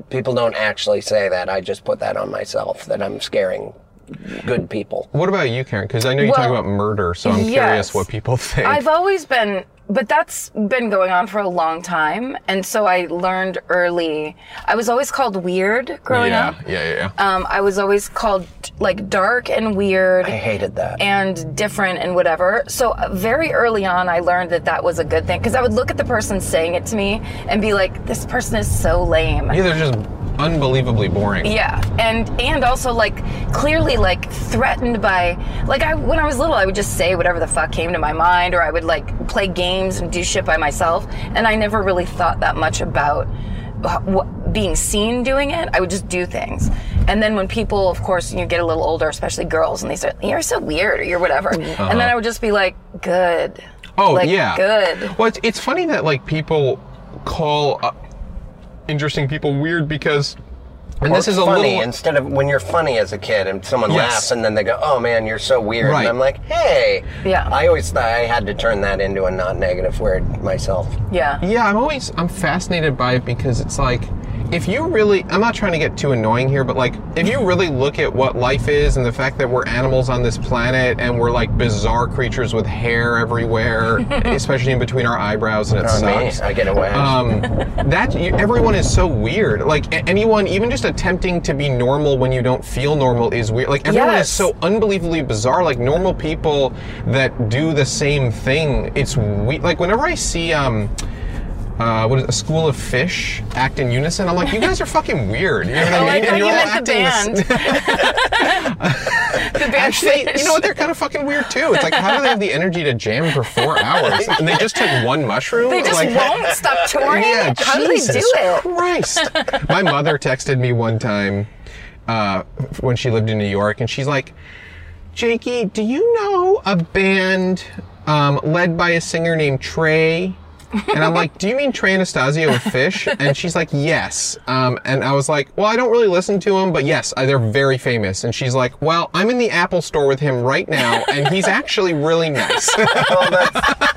People don't actually say that. I just put that on myself that I'm scaring good people. What about you, Karen? Because I know you talk Well, about murder, so I'm yes. curious what people think. I've uh, always been, but that's been going on for a long time, and so I learned early. I was always called weird growing yeah, up. yeah, yeah, yeah. Um, I was always called like dark and weird. I hated that. and different and whatever. So uh, very early on, I learned that that was a good thing because I would look at the person saying it to me and be like, "This person is so lame." Yeah, they're just unbelievably boring. Yeah, and and also like clearly like threatened by like I when I was little I would just say whatever the fuck came to my mind or I would like play games and do shit by myself and I never really thought that much about wh- wh- being seen doing it. I would just do things. And then when people of course you get a little older, especially girls, and they say you're so weird or you're whatever. And then I would just be like, "Good." Uh-huh. Oh Like, yeah. good. Well, it's, it's funny that like people call uh, interesting people weird because And Or this is a funny little instead of when you're funny as a kid and someone Yes. laughs and then they go, "Oh man, you're so weird," Right. and I'm like, "Hey." Yeah. I always thought I had to turn that into a not negative word myself. Yeah. Yeah, I'm always I'm fascinated by it because it's like if you really I'm not trying to get too annoying here, but like if you really look at what life is and the fact that we're animals on this planet and we're like bizarre creatures with hair everywhere, especially in between our eyebrows and it On me, sucks. I get away. Um, that you, everyone is so weird. Like a- anyone, even just attempting to be normal when you don't feel normal is weird. Like everyone Yes. is so unbelievably bizarre. Like normal people that do the same thing, it's we Like whenever I see um, uh, what is it, a school of fish act in unison, I'm like, you guys are fucking weird. You know what I Oh, I mean? thought you you're all meant the acting s- band. the band. Actually, fish. you know what? They're kind of fucking weird too. It's like, how do they have the energy to jam for four hours? And they just took one mushroom. They just like, won't stop touring. Yeah, How do Jesus they do it? Christ. My mother texted me one time uh, when she lived in New York, and she's like, Jakey, do you know a band um, led by a singer named Trey? And I'm like, do you mean Trey Anastasio of Fish? And she's like, yes. Um, and I was like, well, I don't really listen to him, but yes, uh, they're very famous. And she's like, well, I'm in the Apple store with him right now, and he's actually really nice. Well, that's-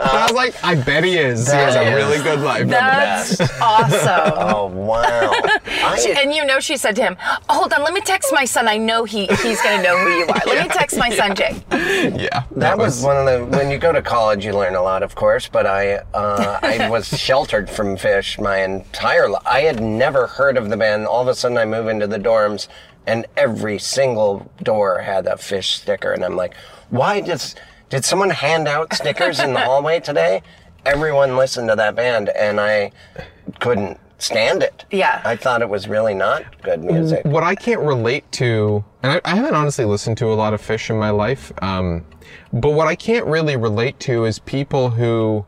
And I was like, I bet he is. He has That a is- really good life. That's awesome. oh wow. I, And you know, she said to him, "Oh, "Hold on, let me text my son. I know he he's gonna know who you are. Let me text my son, Jake." Yeah. That was one of the when you go to college, you learn a lot, of course. But I, uh, I was sheltered from fish my entire life. I had never heard of the band. All of a sudden, I move into the dorms, and every single door had a fish sticker, and I'm like, why does did someone hand out stickers in the hallway today? Everyone listened to that band, and I couldn't stand it. Yeah. I thought it was really not good music. what I can't relate to, and I, I haven't honestly listened to a lot of fish in my life, um, but what I can't really relate to is people who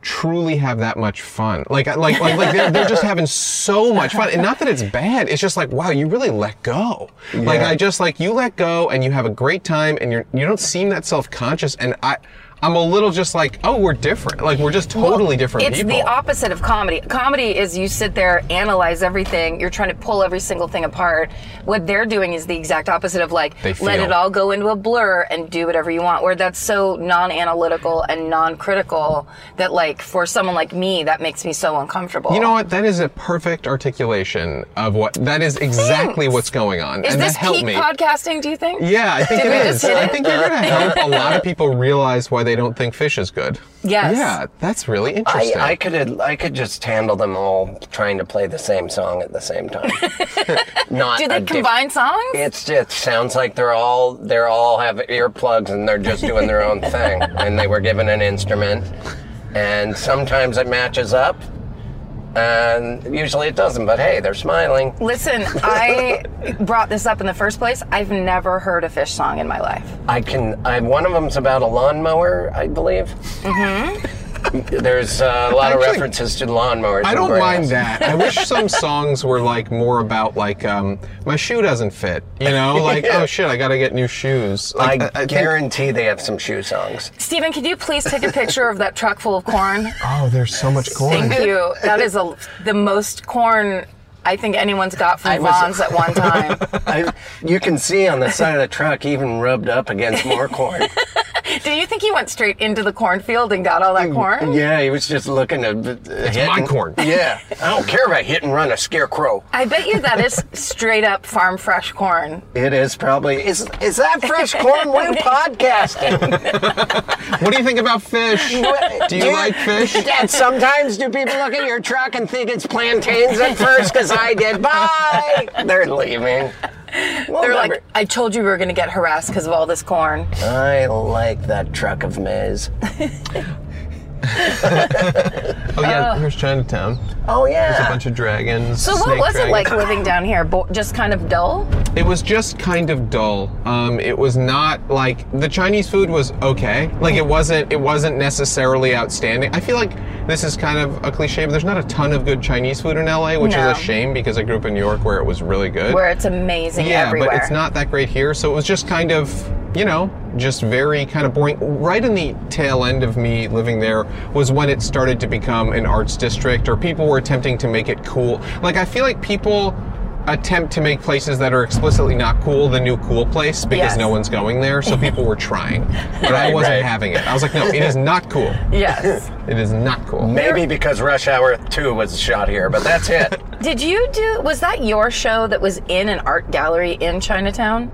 truly have that much fun. Like, I- like, like, like they're, they're just having so much fun. And not that it's bad. It's just like, wow, you really let go. Like, I just like, you let go and you have a great time and you're, you don't seem that self-conscious. And I, I'm a little just like, oh, we're different. Like, we're just totally different it's people. the opposite of comedy. Comedy is you sit there, analyze everything, you're trying to pull every single thing apart. What they're doing is the exact opposite of like They let feel. it all go into a blur and do whatever you want. Where that's so non-analytical and non-critical that like for someone like me, that makes me so uncomfortable. You know what? That is a perfect articulation of what. That is exactly what's going on, Is and this that helped peak me. podcasting? Do you think? yeah, I think Did it we is. just hit I it? think you're going to help a lot of people realize why they don't think fish is good. Yes. Yeah, that's really I, interesting. I could I could just handle them all trying to play the same song at the same time. Not Do they a diff- combine songs? It's it sounds like they're all they're all have earplugs and they're just doing their own thing. And they were given an instrument, and sometimes it matches up, and usually it doesn't. But hey, they're smiling. Listen, I brought this up in the first place. I've never heard a fish song in my life. I can. I one of them's about a lawnmower, I believe. Mm-hmm. There's uh, a lot of Mm-hmm. Actually, references to lawnmowers. I and don't grass. mind that. I wish some songs were like more about like um, my shoe doesn't fit. You know, like oh shit, I gotta get new shoes. Like, uh, I, guarantee they have some shoe songs. Stephen, could you please take a picture of that truck full of corn? oh, there's so much corn. Thank you. That is a, the most corn I think anyone's got from was- Vons at one time. I, you can see on the side of the truck, even rubbed up against more corn. Do you think he went straight into the cornfield and got all Mm, that corn? Yeah, he was just looking to. It's hit my and- corn. Yeah, I don't care about hit and run a scarecrow. I bet you that is straight up farm fresh corn. It is probably is is that fresh corn? We're podcasting. What do you think about fish? Do you like fish? Dad, sometimes do people look at your truck and think it's plantains at first? Because I did. Bye. They're leaving. We'll They're never- like, I told you we were going to get harassed because of all this corn. I like that truck of maize. Oh Uh, yeah, here's Chinatown. Oh yeah. A bunch of dragons. So, what snake was it dragons. like living down here? Bo- just kind of dull? It was just kind of dull. Um, it was not like the Chinese food was okay. Like it wasn't it wasn't necessarily outstanding. I feel like this is kind of a cliche, but there's not a ton of good Chinese food in LA, which No. is a shame because I grew up in New York where it was really good. Where it's amazing yeah, everywhere. but it's not that great here. So it was just kind of you know, just very kind of boring. Right in the tail end of me living there was when it started to become an arts district or people were attempting to make it cool. Like, I feel like people attempt to make places that are explicitly not cool the new cool place because Yes. no one's going there. So people were trying. But I Right, wasn't right. having it. I was like, no, it is not cool. Yes. It is not cool. Maybe because Rush Hour 2 was shot here, but that's it. Did you do? Was that your show that was in an art gallery in Chinatown,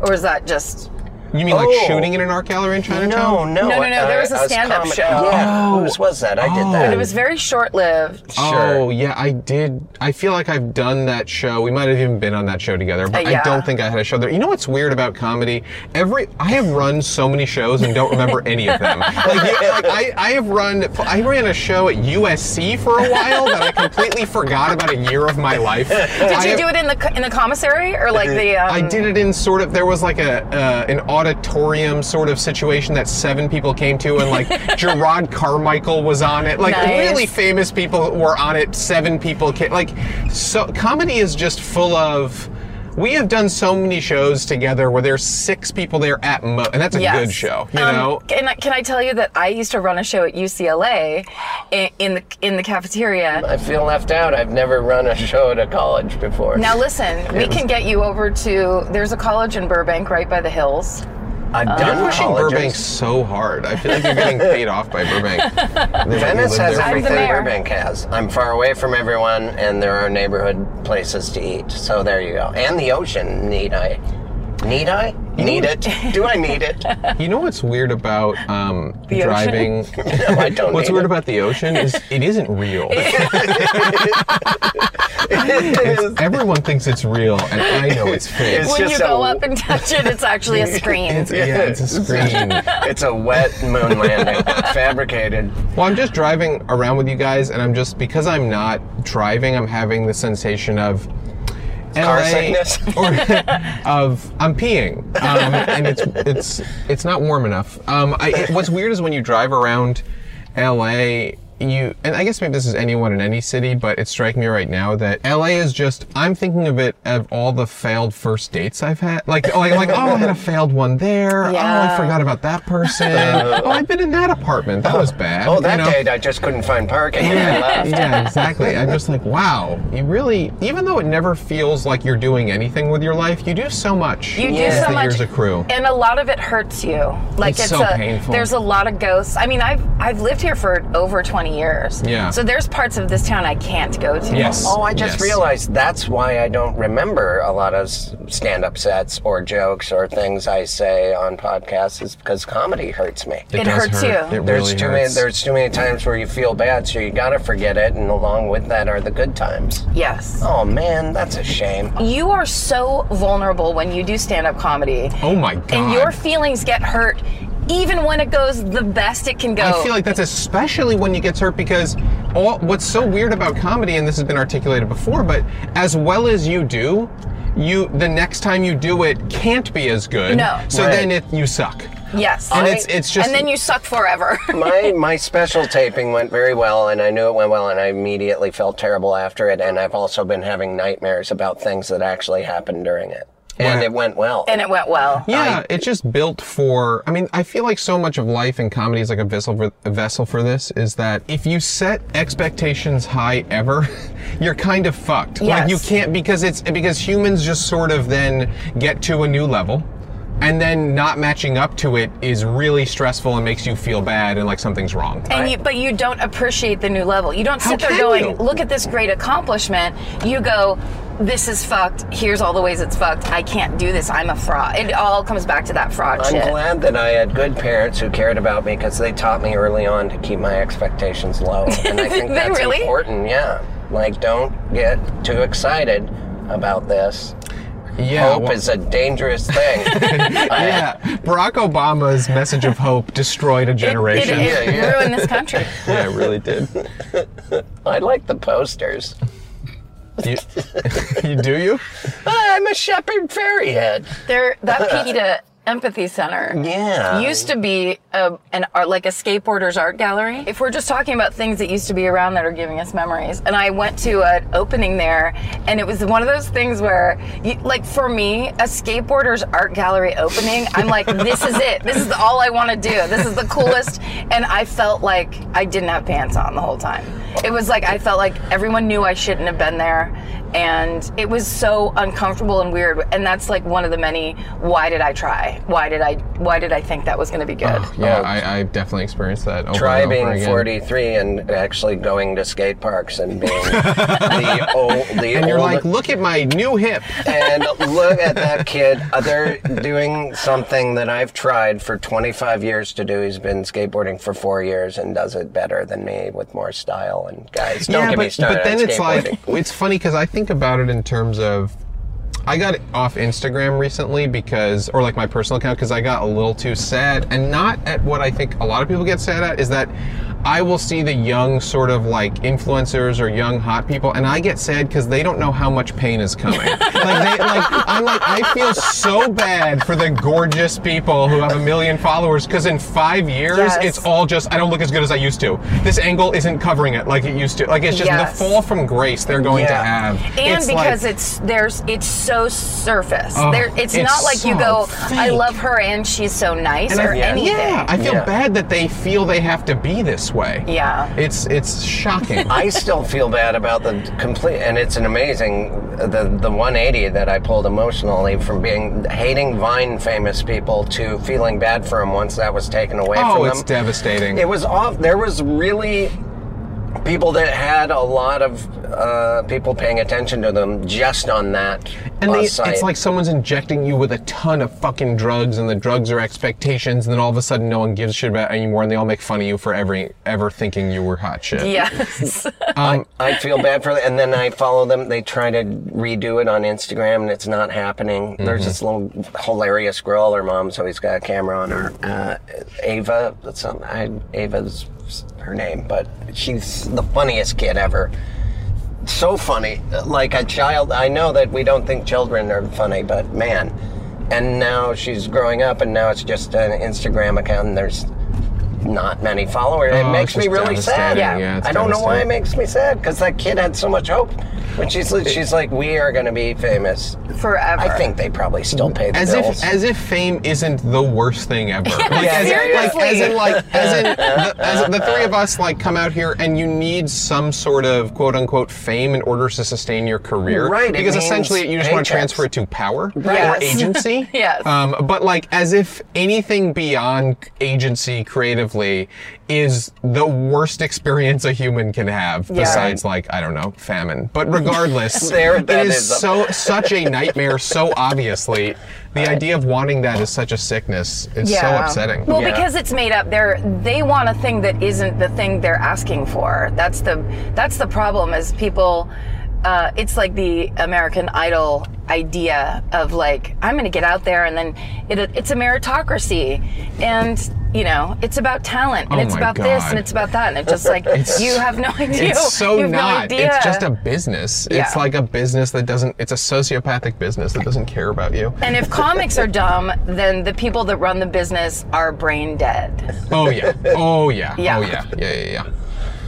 or was that just? You mean like Oh. shooting in an art gallery in no, Chinatown? Oh. no. No, no, no, there was a I stand-up comi- show. Yeah, whose was that? I did that. It was very short-lived. Sure. Oh yeah, I did. I feel like I've done that show. We might have even been on that show together, but Uh, yeah. I don't think I had a show there. You know what's weird about comedy? Every I have run so many shows and don't remember any of them. Like, you- like, I, I have run. I ran a show at USC for a while that I completely forgot about a year of my life. Did you do it in the co- in the commissary or like the? Um, Uh, I did it in sort of there was like a uh, an auditorium sort of situation that seven people came to, and like Gerard Carmichael was on it. Like Nice. really famous people were on it. Seven people came. Like so, comedy is just full of. We have done so many shows together where there's six people there at most, and that's a Yes. good show, you Um, know. Can I, can I tell you that I used to run a show at UCLA in, in the in the cafeteria. I feel left out. I've never run a show at a college before. Now listen, we can get you over to. There's a college in Burbank right by the hills. I've uh, done You're pushing colleges. Burbank so hard. I feel like you're getting paid off by Burbank. Venice has I'm the everything mayor. Burbank has. I'm far away from everyone, and there are neighborhood places to eat. So there you go. And the ocean, need I? Need I? Need it? Do I need it? No, You know what's weird about um, The driving? ocean? I don't What's need weird it. about the ocean is it isn't real. it is. Everyone thinks it's real, and I know it's fake. It's- when you just go a- up and touch it, it's actually a screen. It's- yeah, it's a screen. It's a wet moon landing, fabricated. well, I'm just driving around with you guys, and I'm just because I'm not driving, I'm having the sensation of Car LA sickness? or of I'm peeing, um, and it's it's it's not warm enough. Um, I, it- what's weird is when you drive around LA. You and I guess maybe this is anyone in any city, but it's striking me right now that LA is just. I'm thinking of it of all the failed first dates I've had. Like, like, like oh, I had a failed one there. Oh, I Yeah. forgot about that person. oh, I've been in that apartment. That was bad. Uh, Oh, you that know? date I just couldn't find parking. and I Yeah, left. yeah, exactly. I'm just like, wow, you really, even though it never feels like you're doing anything with your life, you do so much. You as do so the much, years accrue. and a lot of it hurts you. Like It's it's, so a, painful. There's a lot of ghosts. I mean, I've I've lived here for over 20 years. Yeah. So there's parts of this town I can't go to. Yes. Oh, I just Yes. realized that's why I don't remember a lot of stand up sets or jokes or things I say on podcasts is because comedy hurts me. It does hurts hurt. you. It There's really too many hurts. there's too many times where you feel bad, so you gotta forget it and along with that are the good times. Yes. Oh man, that's a shame. You are so vulnerable when you do stand up comedy. oh my god. And your feelings get hurt even when it goes the best it can go. I feel like that's especially when you get hurt because all what's so weird about comedy, and this has been articulated before, but as well as you do, you the next time you do it can't be as good. No. So Right. then it you suck. yes. And it's- it's just- And then you suck forever. my my special taping went very well and I knew it went well and I immediately felt terrible after it and I've also been having nightmares about things that actually happened during it. And Wow. it went well. and it went well. Yeah, it's just built for. I mean, I feel like so much of life and comedy is like a vessel for a vessel for this. Is that if you set expectations high ever, you're kind of fucked. Yes. Like you can't because it's because humans just sort of then get to a new level. And then not matching up to it is really stressful and makes you feel bad and like something's wrong. And you, but you don't appreciate the new level. You don't How sit there can going, you? "Look at this great accomplishment." You go, "This is fucked. Here's all the ways it's fucked. I can't do this. I'm a fraud." It all comes back to that fraud I'm shit. glad that I had good parents who cared about me because they taught me early on to keep my expectations low. And I think They that's really? important, yeah. Like, don't get too excited about this. yeah, Hope Oh, well- is a dangerous thing. I- yeah. Barack Obama's message of hope destroyed a It, generation. it Yeah, yeah. ruined this country. yeah, it really did. I like the posters. You, you do you? I'm a shepherd fairy head. There, that pita Empathy Center. Yeah. Used to be a, an art, like a skateboarder's art gallery. If we're just talking about things that used to be around that are giving us memories. And I went to an opening there and it was one of those things where, you, like for me, a skateboarder's art gallery opening, I'm like, this is it. This is all I want to do. This is the coolest. And I felt like I didn't have pants on the whole time. It was like, I felt like everyone knew I shouldn't have been there and it was so uncomfortable and weird and that's like one of the many why did i try why did i why did i think that was going to be good Yeah, I, I definitely experienced that. Over Try and over being again. 43 and actually going to skate parks and being the old, the And you're old- like, look at my new hip. and look at that kid. Uh, They're doing something that I've tried for 25 years to do. He's been skateboarding for four years and does it better than me with more style. And guys, don't get me but, started. but then on it's like skateboarding. it's funny because I think about it in terms of I got off Instagram recently because, or like my personal account, because I got a little too sad, and not at what I think a lot of people get sad at is that I will see the young sort of like influencers or young hot people, and I get sad because they don't know how much pain is coming. like they, like I'm like I feel so bad for the gorgeous people who have a million followers because in five years Yes. it's all just I don't look as good as I used to. This angle isn't covering it like it used to. Like it's just Yes. the fall from grace they're going Yeah. to have. and It's like- because it's there's it's so surface Oh, there it's, it's not like you so go i fake. love her and she's so nice And I- or yeah. anything Yeah, I feel Yeah. bad that they feel they have to be this way. Yeah. It's it's shocking. I still feel bad about the complete, and it's an amazing uh, the the 180 that I pulled emotionally from being hating Vine famous people to feeling bad for them once that was taken away oh, from it's them. devastating. It was off. There was really people that had a lot of uh, people paying attention to them just on that. and uh, they, site. it's like someone's injecting you with a ton of fucking drugs, and the drugs are expectations, and then all of a sudden no one gives a shit about it anymore, and they all make fun of you for every ever thinking you were hot shit. Um, yes I feel bad for them, and then I follow them. They try to redo it on Instagram, and it's not happening. There's this little Mm-hmm. hilarious girl. Her mom's always got a camera on her. Uh, Ava, that's some, I, Ava's her name, but she's the funniest kid ever. So funny, like a child. I know that we don't think children are funny, but man. And now she's growing up, and now it's just an Instagram account, and there's not many followers. Oh, it makes it's me just really sad. devastating. Yeah. Yeah, it's I don't know why it devastating. makes me sad because that kid had so much hope. When she's she's like, we are going to be famous. forever I think they probably still pay the As bills. if, as if fame isn't the worst thing ever. Like, as, if- like, as in, like, as in, the, as in the three of us, like, come out here and you need some sort of quote unquote fame in order to sustain your career. Right, it Because means essentially you just want paychecks. to transfer it to power Yes. or agency. Yes. Um, but, like, as if anything beyond agency creatively is the worst experience a human can have besides, like, I don't know, famine. But regardless, There, it that is is a- so so such a nightmare so obviously the idea of wanting that is such a sickness it's so upsetting Well, Yeah. because it's made up. They're they want a thing that isn't the thing they're asking for. That's the that's the problem. Is people. Uh, it's like the American Idol idea of like I'm going to get out there and then it, it's a meritocracy and you know it's about talent and Oh it's my about this God. and it's about that and it's just like you have no idea. it's so you have No not idea. it's just a business Yeah. it's like a business that doesn't it's a sociopathic business that doesn't care about you and if comics are dumb, then the people that run the business are brain dead. oh yeah oh yeah Yeah. oh yeah yeah yeah yeah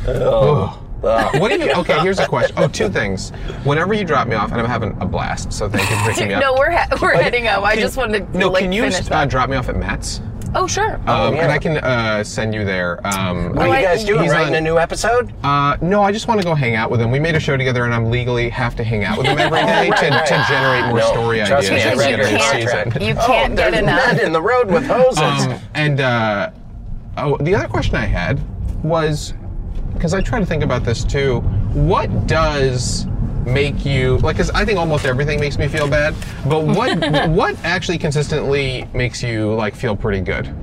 oh. Ah. what do you okay here's a question oh two things whenever you drop me off and i'm having a blast so thank you for picking me up No, we're he- we're heading up. I Can- just wanted to no like, can you finish uh, that. drop me off at matt's Oh sure. um, yeah. and i can uh, send you there um, what are I- you guys doing? he's Writing on- a new episode? Uh, no, I just want to go hang out with him. We made a show together, and I'm legally have to hang out with him every day to, right. to generate more No, story trust me, I Because ideas. for read you the next can't, season. you can't get Oh, There's enough. men in the road with hoses. Um, and uh, oh, the other question I had was because I try to think about this too. What does make you like? Because I think almost everything makes me feel bad, but what what actually consistently makes you like feel pretty good?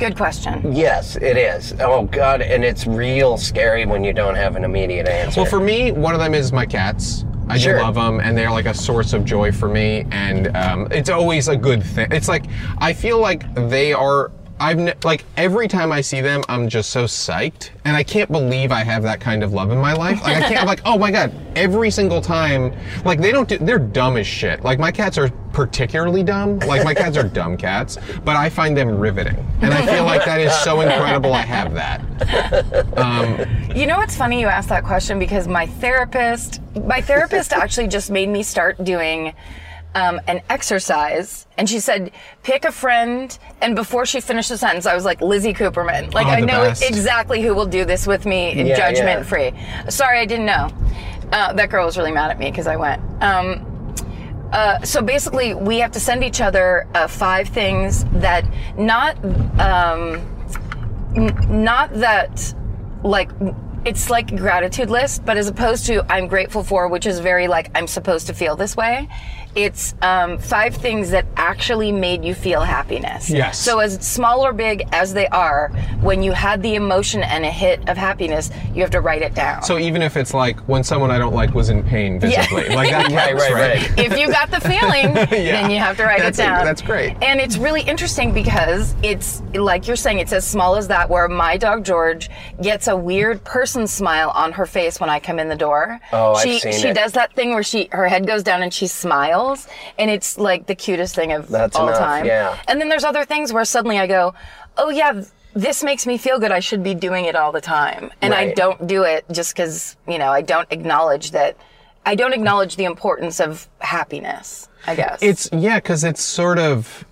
Good question. yes, it is. Oh God, and it's real scary when you don't have an immediate answer. Well, for me, one of them is my cats. I do Sure. love them, and they're like a source of joy for me, and um, it's always a good thing. It's like I feel like they are I've ne- like every time I see them, I'm just so psyched, and I can't believe I have that kind of love in my life. Like I can't. I'm like, oh my god, every single time, like they don't do. They're dumb as shit. Like my cats are particularly dumb. Like my cats are dumb cats, but I find them riveting, and I feel like that is so incredible. I have that. Um, You know what's funny? You asked that question because my therapist, my therapist actually just made me start doing um, an exercise, and she said, "Pick a friend." And before she finished the sentence, I was like, "Lizzie Cooperman." Like Oh, I the know best. exactly who will do this with me, yeah. judgment free. Sorry, I didn't know. Uh, that girl was really mad at me because I went. Um, uh, so basically, we have to send each other uh, five things that not um, n- not that like it's like a gratitude list, but as opposed to I'm grateful for, which is very like I'm supposed to feel this way. It's um, five things that actually made you feel happiness. Yes. So as small or big as they are, when you had the emotion and a hit of happiness, you have to write it down. So even if it's like when someone I don't like was in pain visibly, like Right, that counts, right, right. if you got the feeling, then you have to write That's- it down. that's great. And it's really interesting because it's like you're saying, it's as small as that. Where my dog George gets a weird person smile on her face when I come in the door. Oh, I've she, seen She it. does that thing where she her head goes down and she smiles, and it's like the cutest thing of That's all enough, time. yeah. And then there's other things where suddenly I go, oh yeah. th- This makes me feel good. I should be doing it all the time. And I Right. don't do it just because, you know, I don't acknowledge that, I don't acknowledge the importance of happiness, I guess. It's yeah, because it's sort of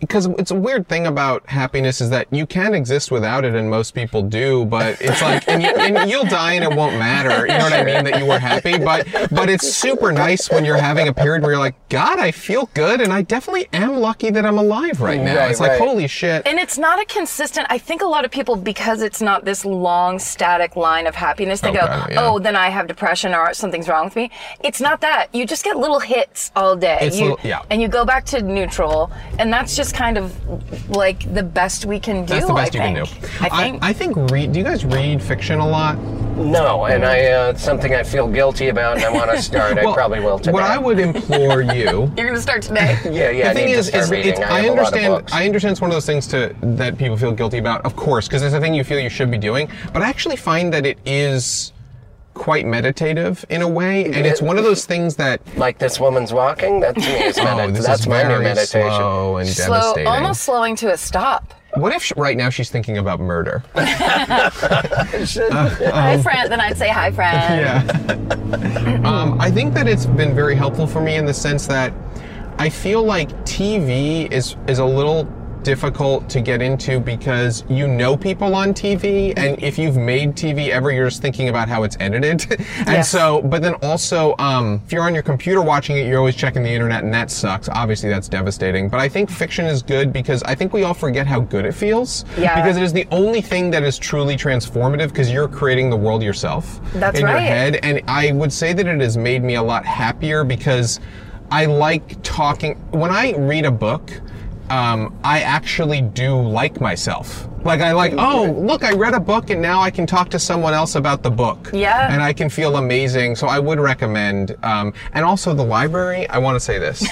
because it's a weird thing about happiness is that you can exist without it, and most people do. But it's like, and, you, and you'll die, and it won't matter. You know what I mean? That you were happy, but but it's super nice when you're having a period where you're like, God, I feel good, and I definitely am lucky that I'm alive right now. Right, it's right. like, holy shit. And it's not a consistent. I think a lot of people, because it's not this long, static line of happiness, they Oh, go, God, yeah. "Oh, then I have depression or something's wrong with me." It's not that. You just get little hits all day. It's you, little- yeah. And you go back to neutral, and that's just kind of like the best we can do. That's the best I you can do. think. I think. I, think read. Do you guys read fiction a lot? No, and I uh, it's something I feel guilty about, and I want to start. I Well, probably will today. What I would implore you You're gonna start today. yeah, yeah. I the thing need to is, start is reading. it's, I, I, have A lot of understand. books. I understand it's one of those things to that people feel guilty about, of course, because it's a thing you feel you should be doing. But I actually find that it is quite meditative in a way, and it's one of those things that like this woman's walking. That to me is oh, medi- this That's is my new very meditation. slow and Slow, devastating. almost slowing to a stop. What if sh right now she's thinking about murder? hi, friend. Then I'd say hi, friend. Oh. Yeah. um, I think that it's been very helpful for me in the sense that I feel like TV is is a little difficult to get into because you know people on TV and if you've made TV ever you're just thinking about how it's edited and Yes. so but then also um, if you're on your computer watching it you're always checking the internet and that sucks obviously that's devastating but I think fiction is good because I think we all forget how good it feels Yeah. because it is the only thing that is truly transformative because you're creating the world yourself That's in your right. head. And I would say that it has made me a lot happier because I like talking. When I read a book, um, I actually do like myself. Like I like, oh, Mm-hmm. look, I read a book and now I can talk to someone else about the book. Yeah. And I can feel amazing. So I would recommend. Um, and also the library, I want to say this.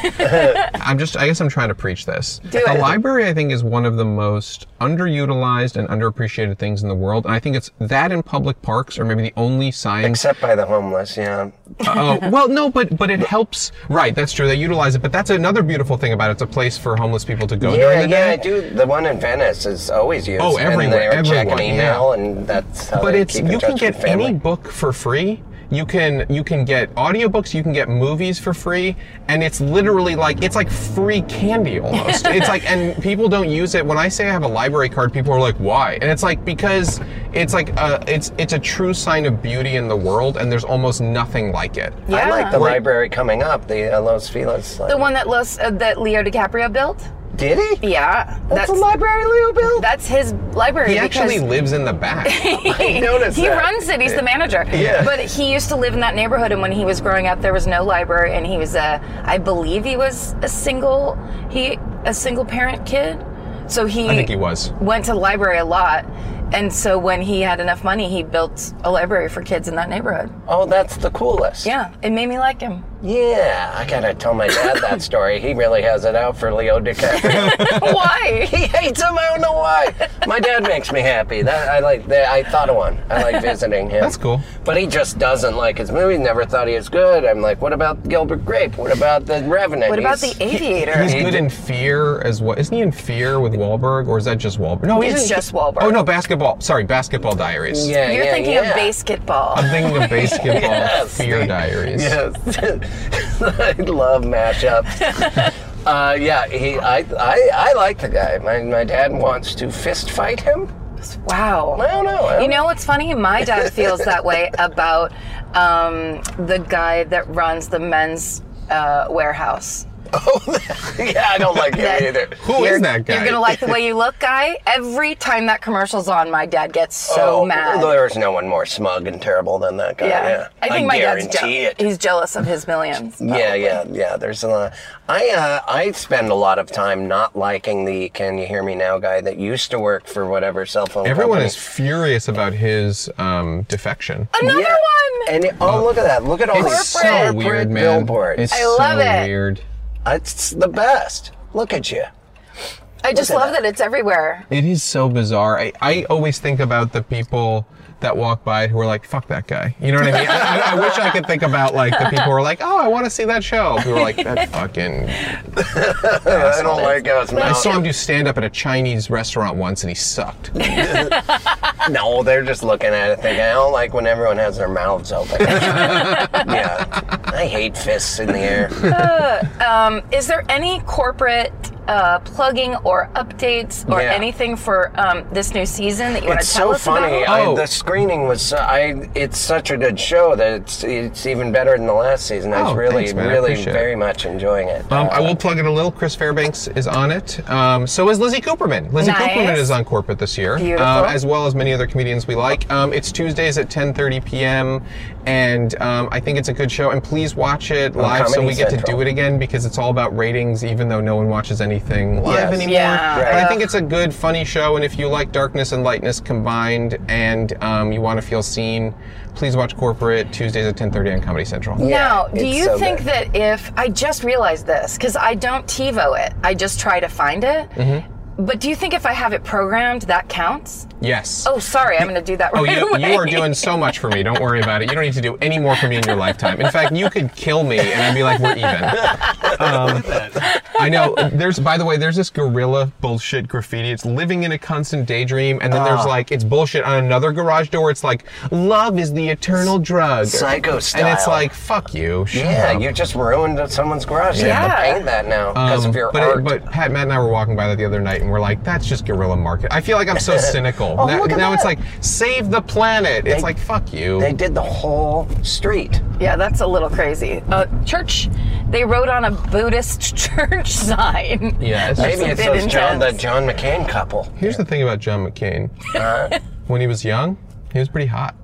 I'm just, I guess I'm trying to preach this. the it. library, I think, is one of the most underutilized and underappreciated things in the world. And I think it's that in public parks are maybe the only signs Except by the homeless, yeah. oh well no but but it helps right that's true they utilize it but that's another beautiful thing about it it's a place for homeless people to go Yeah, during the yeah, day I do. The one in Venice is always used. Oh, everywhere, And they check an everyone, email, and that's how but they it's keep in you touch can with get family. any book for free you can you can get audiobooks you can get movies for free and it's literally like it's like free candy almost it's like and people don't use it when i say i have a library card people are like why and it's like because it's like a, it's it's a true sign of beauty in the world and there's almost nothing like it I like the Like- library coming up, the uh, Los Feliz. The one that Los, uh, that Leo DiCaprio built. Did he? Yeah. That's, the library Leo built. That's his library. he actually because- lives in the back he, noticed that. runs it. He's the manager. Yeah. But he used to live in that neighborhood, and when he was growing up, there was no library, and he was a, I believe he was a single, he a single parent kid. So he, i think he was went to the library a lot, and so when he had enough money, he built a library for kids in that neighborhood. oh, that's the coolest. Yeah, it made me like him. Yeah, I gotta tell my dad that story. He really has it out for Leo DiCaprio. Why? he hates him. I don't know why. My dad makes me happy. That I like. That I thought of one. I like visiting him. That's cool. But he just doesn't like his movies. Never thought he was good. I'm like, what about Gilbert Grape? What about The Revenant? What about the He's- aviator? He's good in Fear as well. Isn't he in Fear with Wahlberg, or is that just Wahlberg? No, he's It's in- just Wahlberg. Oh no, Basketball. Sorry, Basketball Diaries. Yeah, You're yeah, thinking yeah. of basketball. I'm thinking of Basketball Yes. Fear Diaries. Yes, I love mashups. uh, yeah, he, I, I, I like the guy. My, my dad wants to fist fight him. Wow. I don't know. I You don't- know what's funny? My dad feels that way about um, the guy that runs the men's uh, warehouse. yeah, I don't like That- him either. Who is that guy? You're gonna like the way you look, guy. Every time that commercial's on, my dad gets so Oh, mad. There's no one more smug and terrible than that guy. Yeah, I think my dad's je- guarantee it. he's jealous of his millions. Yeah, yeah, yeah. There's a lot. I uh, I spend a lot of time not liking the "Can you hear me now?" guy that used to work for whatever cell phone. Everyone company. is furious about his um, defection. Another Yeah. one. And it- oh, look at that! Look at all It's these so corporate weird, man. billboards. It's It's, I love so it. weird. the best. Look at you. I just love that. it's everywhere. It is so bizarre. I, I always think about the people that walk by who are like, fuck that guy. You know what I mean? I, I, I wish I could think about like the people who are like, oh, I want to see that show. Who are like, that fucking. I don't like how it's I mouth. saw him do stand up at a Chinese restaurant once and he sucked. No, they're just looking at it thinking, I don't like when everyone has their mouths open. yeah. I hate fists in the air. Is there any corporate uh, plugging or updates or Yeah. anything for um, this new season that you want to It's tell so us funny. about? Oh. I, the screening was so, I it's such a good show that it's it's even better than the last season. I Oh, was really thanks, man. I really appreciate it. very much enjoying it. Uh, Um, I will plug in a little. Chris Fairbanks is on it. Um, so is Lizzie Cooperman. Lizzie Nice. Cooperman is on corporate this year, Beautiful. um, as well as many other comedians we like. Um, it's Tuesdays at 10:30 p.m. and um, I think it's a good show. And please watch it live so Comedy we get to Central. do it again because it's all about ratings, even though no one watches anything live Yes. anymore. Yeah. But I Right. think it's a good, funny show. And if you like darkness and lightness combined, and um, you want to feel seen, please watch Corporate Tuesdays at 10:30 on Comedy Central. Now, do it's you so think good. that if I just realized this because I don't TiVo it, I just try to find it. Mm-hmm. But do you think if I have it programmed, that counts? Yes. Oh, sorry, I'm going to do that right Oh, you, away. you are doing so much for me. Don't worry about it. You don't need to do any more for me in your lifetime. In fact, you could kill me, and I'd be like, we're even. Um, I know. There's, by the way, there's this gorilla bullshit graffiti. It's living in a constant daydream, and then Ah. there's like, it's bullshit on another garage door. It's like, love is the eternal drug. Psycho style. And it's like, fuck you. Shut Yeah, up. you just ruined someone's garage. You have to Yeah. paint that now because of your Um, but, art. but Pat, Matt, and I were walking by that the other night, and we're like, "That's just guerrilla market." I feel like I'm so cynical. now Oh, look at now it's that. like, "Save the planet." It's like, "Fuck you." they did the whole street. Yeah, that's a little crazy. Uh, church, they wrote on a Buddhist church sign. Yeah, it's Maybe just- it's bit those John, the intense. John McCain couple. here's the thing about John McCain. when he was young, he was pretty hot.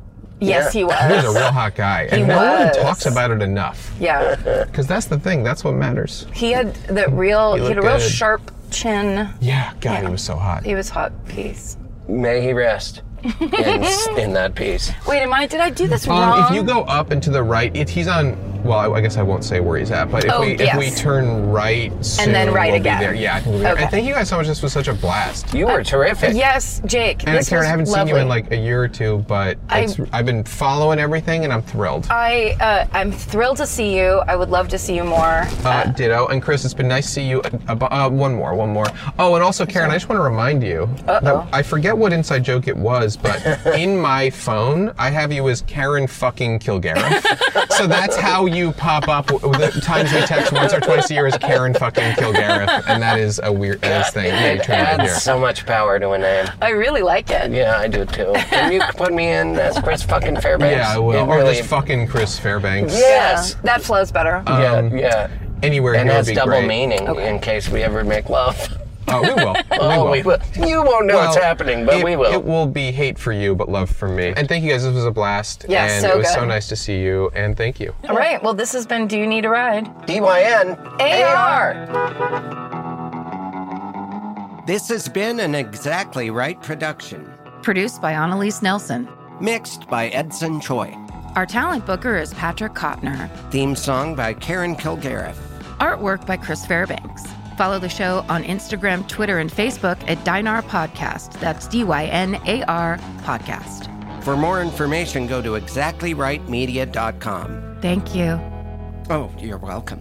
Yes, he He was a was. real hot guy, and no one was. talks about it enough. Yeah, Because that's the thing. That's what matters. he had the real. He, had a looked real good. sharp chin. Yeah, God, he was so hot. He was hot piece. May he rest in, in that peace. Wait, am I? Did I do this wrong? Um, if you go up and to the right, it, he's on. Well, I, I guess I won't say where he's at, but if Oh, we if yes. we turn right soon, then right we'll be again. there. Yeah, I think we'll be there. Okay. And thank you guys so much. This was such a blast. You Uh, were terrific. yes, Jake. And this Karen, was I haven't lovely. seen you in like a year or two, but I- it's, I've been following everything, and I'm thrilled. I uh, I'm thrilled to see you. I would love to see you more. Uh, ditto. And Chris, it's been nice to see you. Uh, uh, one more, one more. Oh, and also, Karen, I just want to remind you. that I forget what inside joke it was, but in my phone, I have you as Karen fucking Kilgariff. so that's how you pop up. w- The times we text once or twice a year is Karen fucking Kilgariff, and that is a weird ass thing. Yeah, you It turned it here. adds so much power to a name. I really like it. Yeah, I do too. Can you put me in as Chris fucking Fairbanks? Yeah, I will. Oh, It Or really- just fucking Chris Fairbanks. Yes. Yeah, that flows better. Yeah, Um, yeah. Anywhere And here would that's be double great. meaning in case we ever make love. Oh, we will. Oh, we we will. will. You won't know it's Well, happening, but it, we will. It will be hate for you, but love for me. And thank you guys. This was a blast. Yeah, and so it was good. so nice to see you. And thank you. All right. Well, this has been Do You Need a Ride? D-Y-N. AR. This has been an Exactly Right production, Produced by Annalise Nelson. mixed by Edson Choi. Our talent booker is Patrick Kottner. Theme song by Karen Kilgariff. Artwork by Chris Fairbanks. Follow the show on Instagram, Twitter, and Facebook at Dinar Podcast. That's D Y N A R Podcast. For more information, go to exactlyrightmedia.com. Thank you. Oh, you're welcome.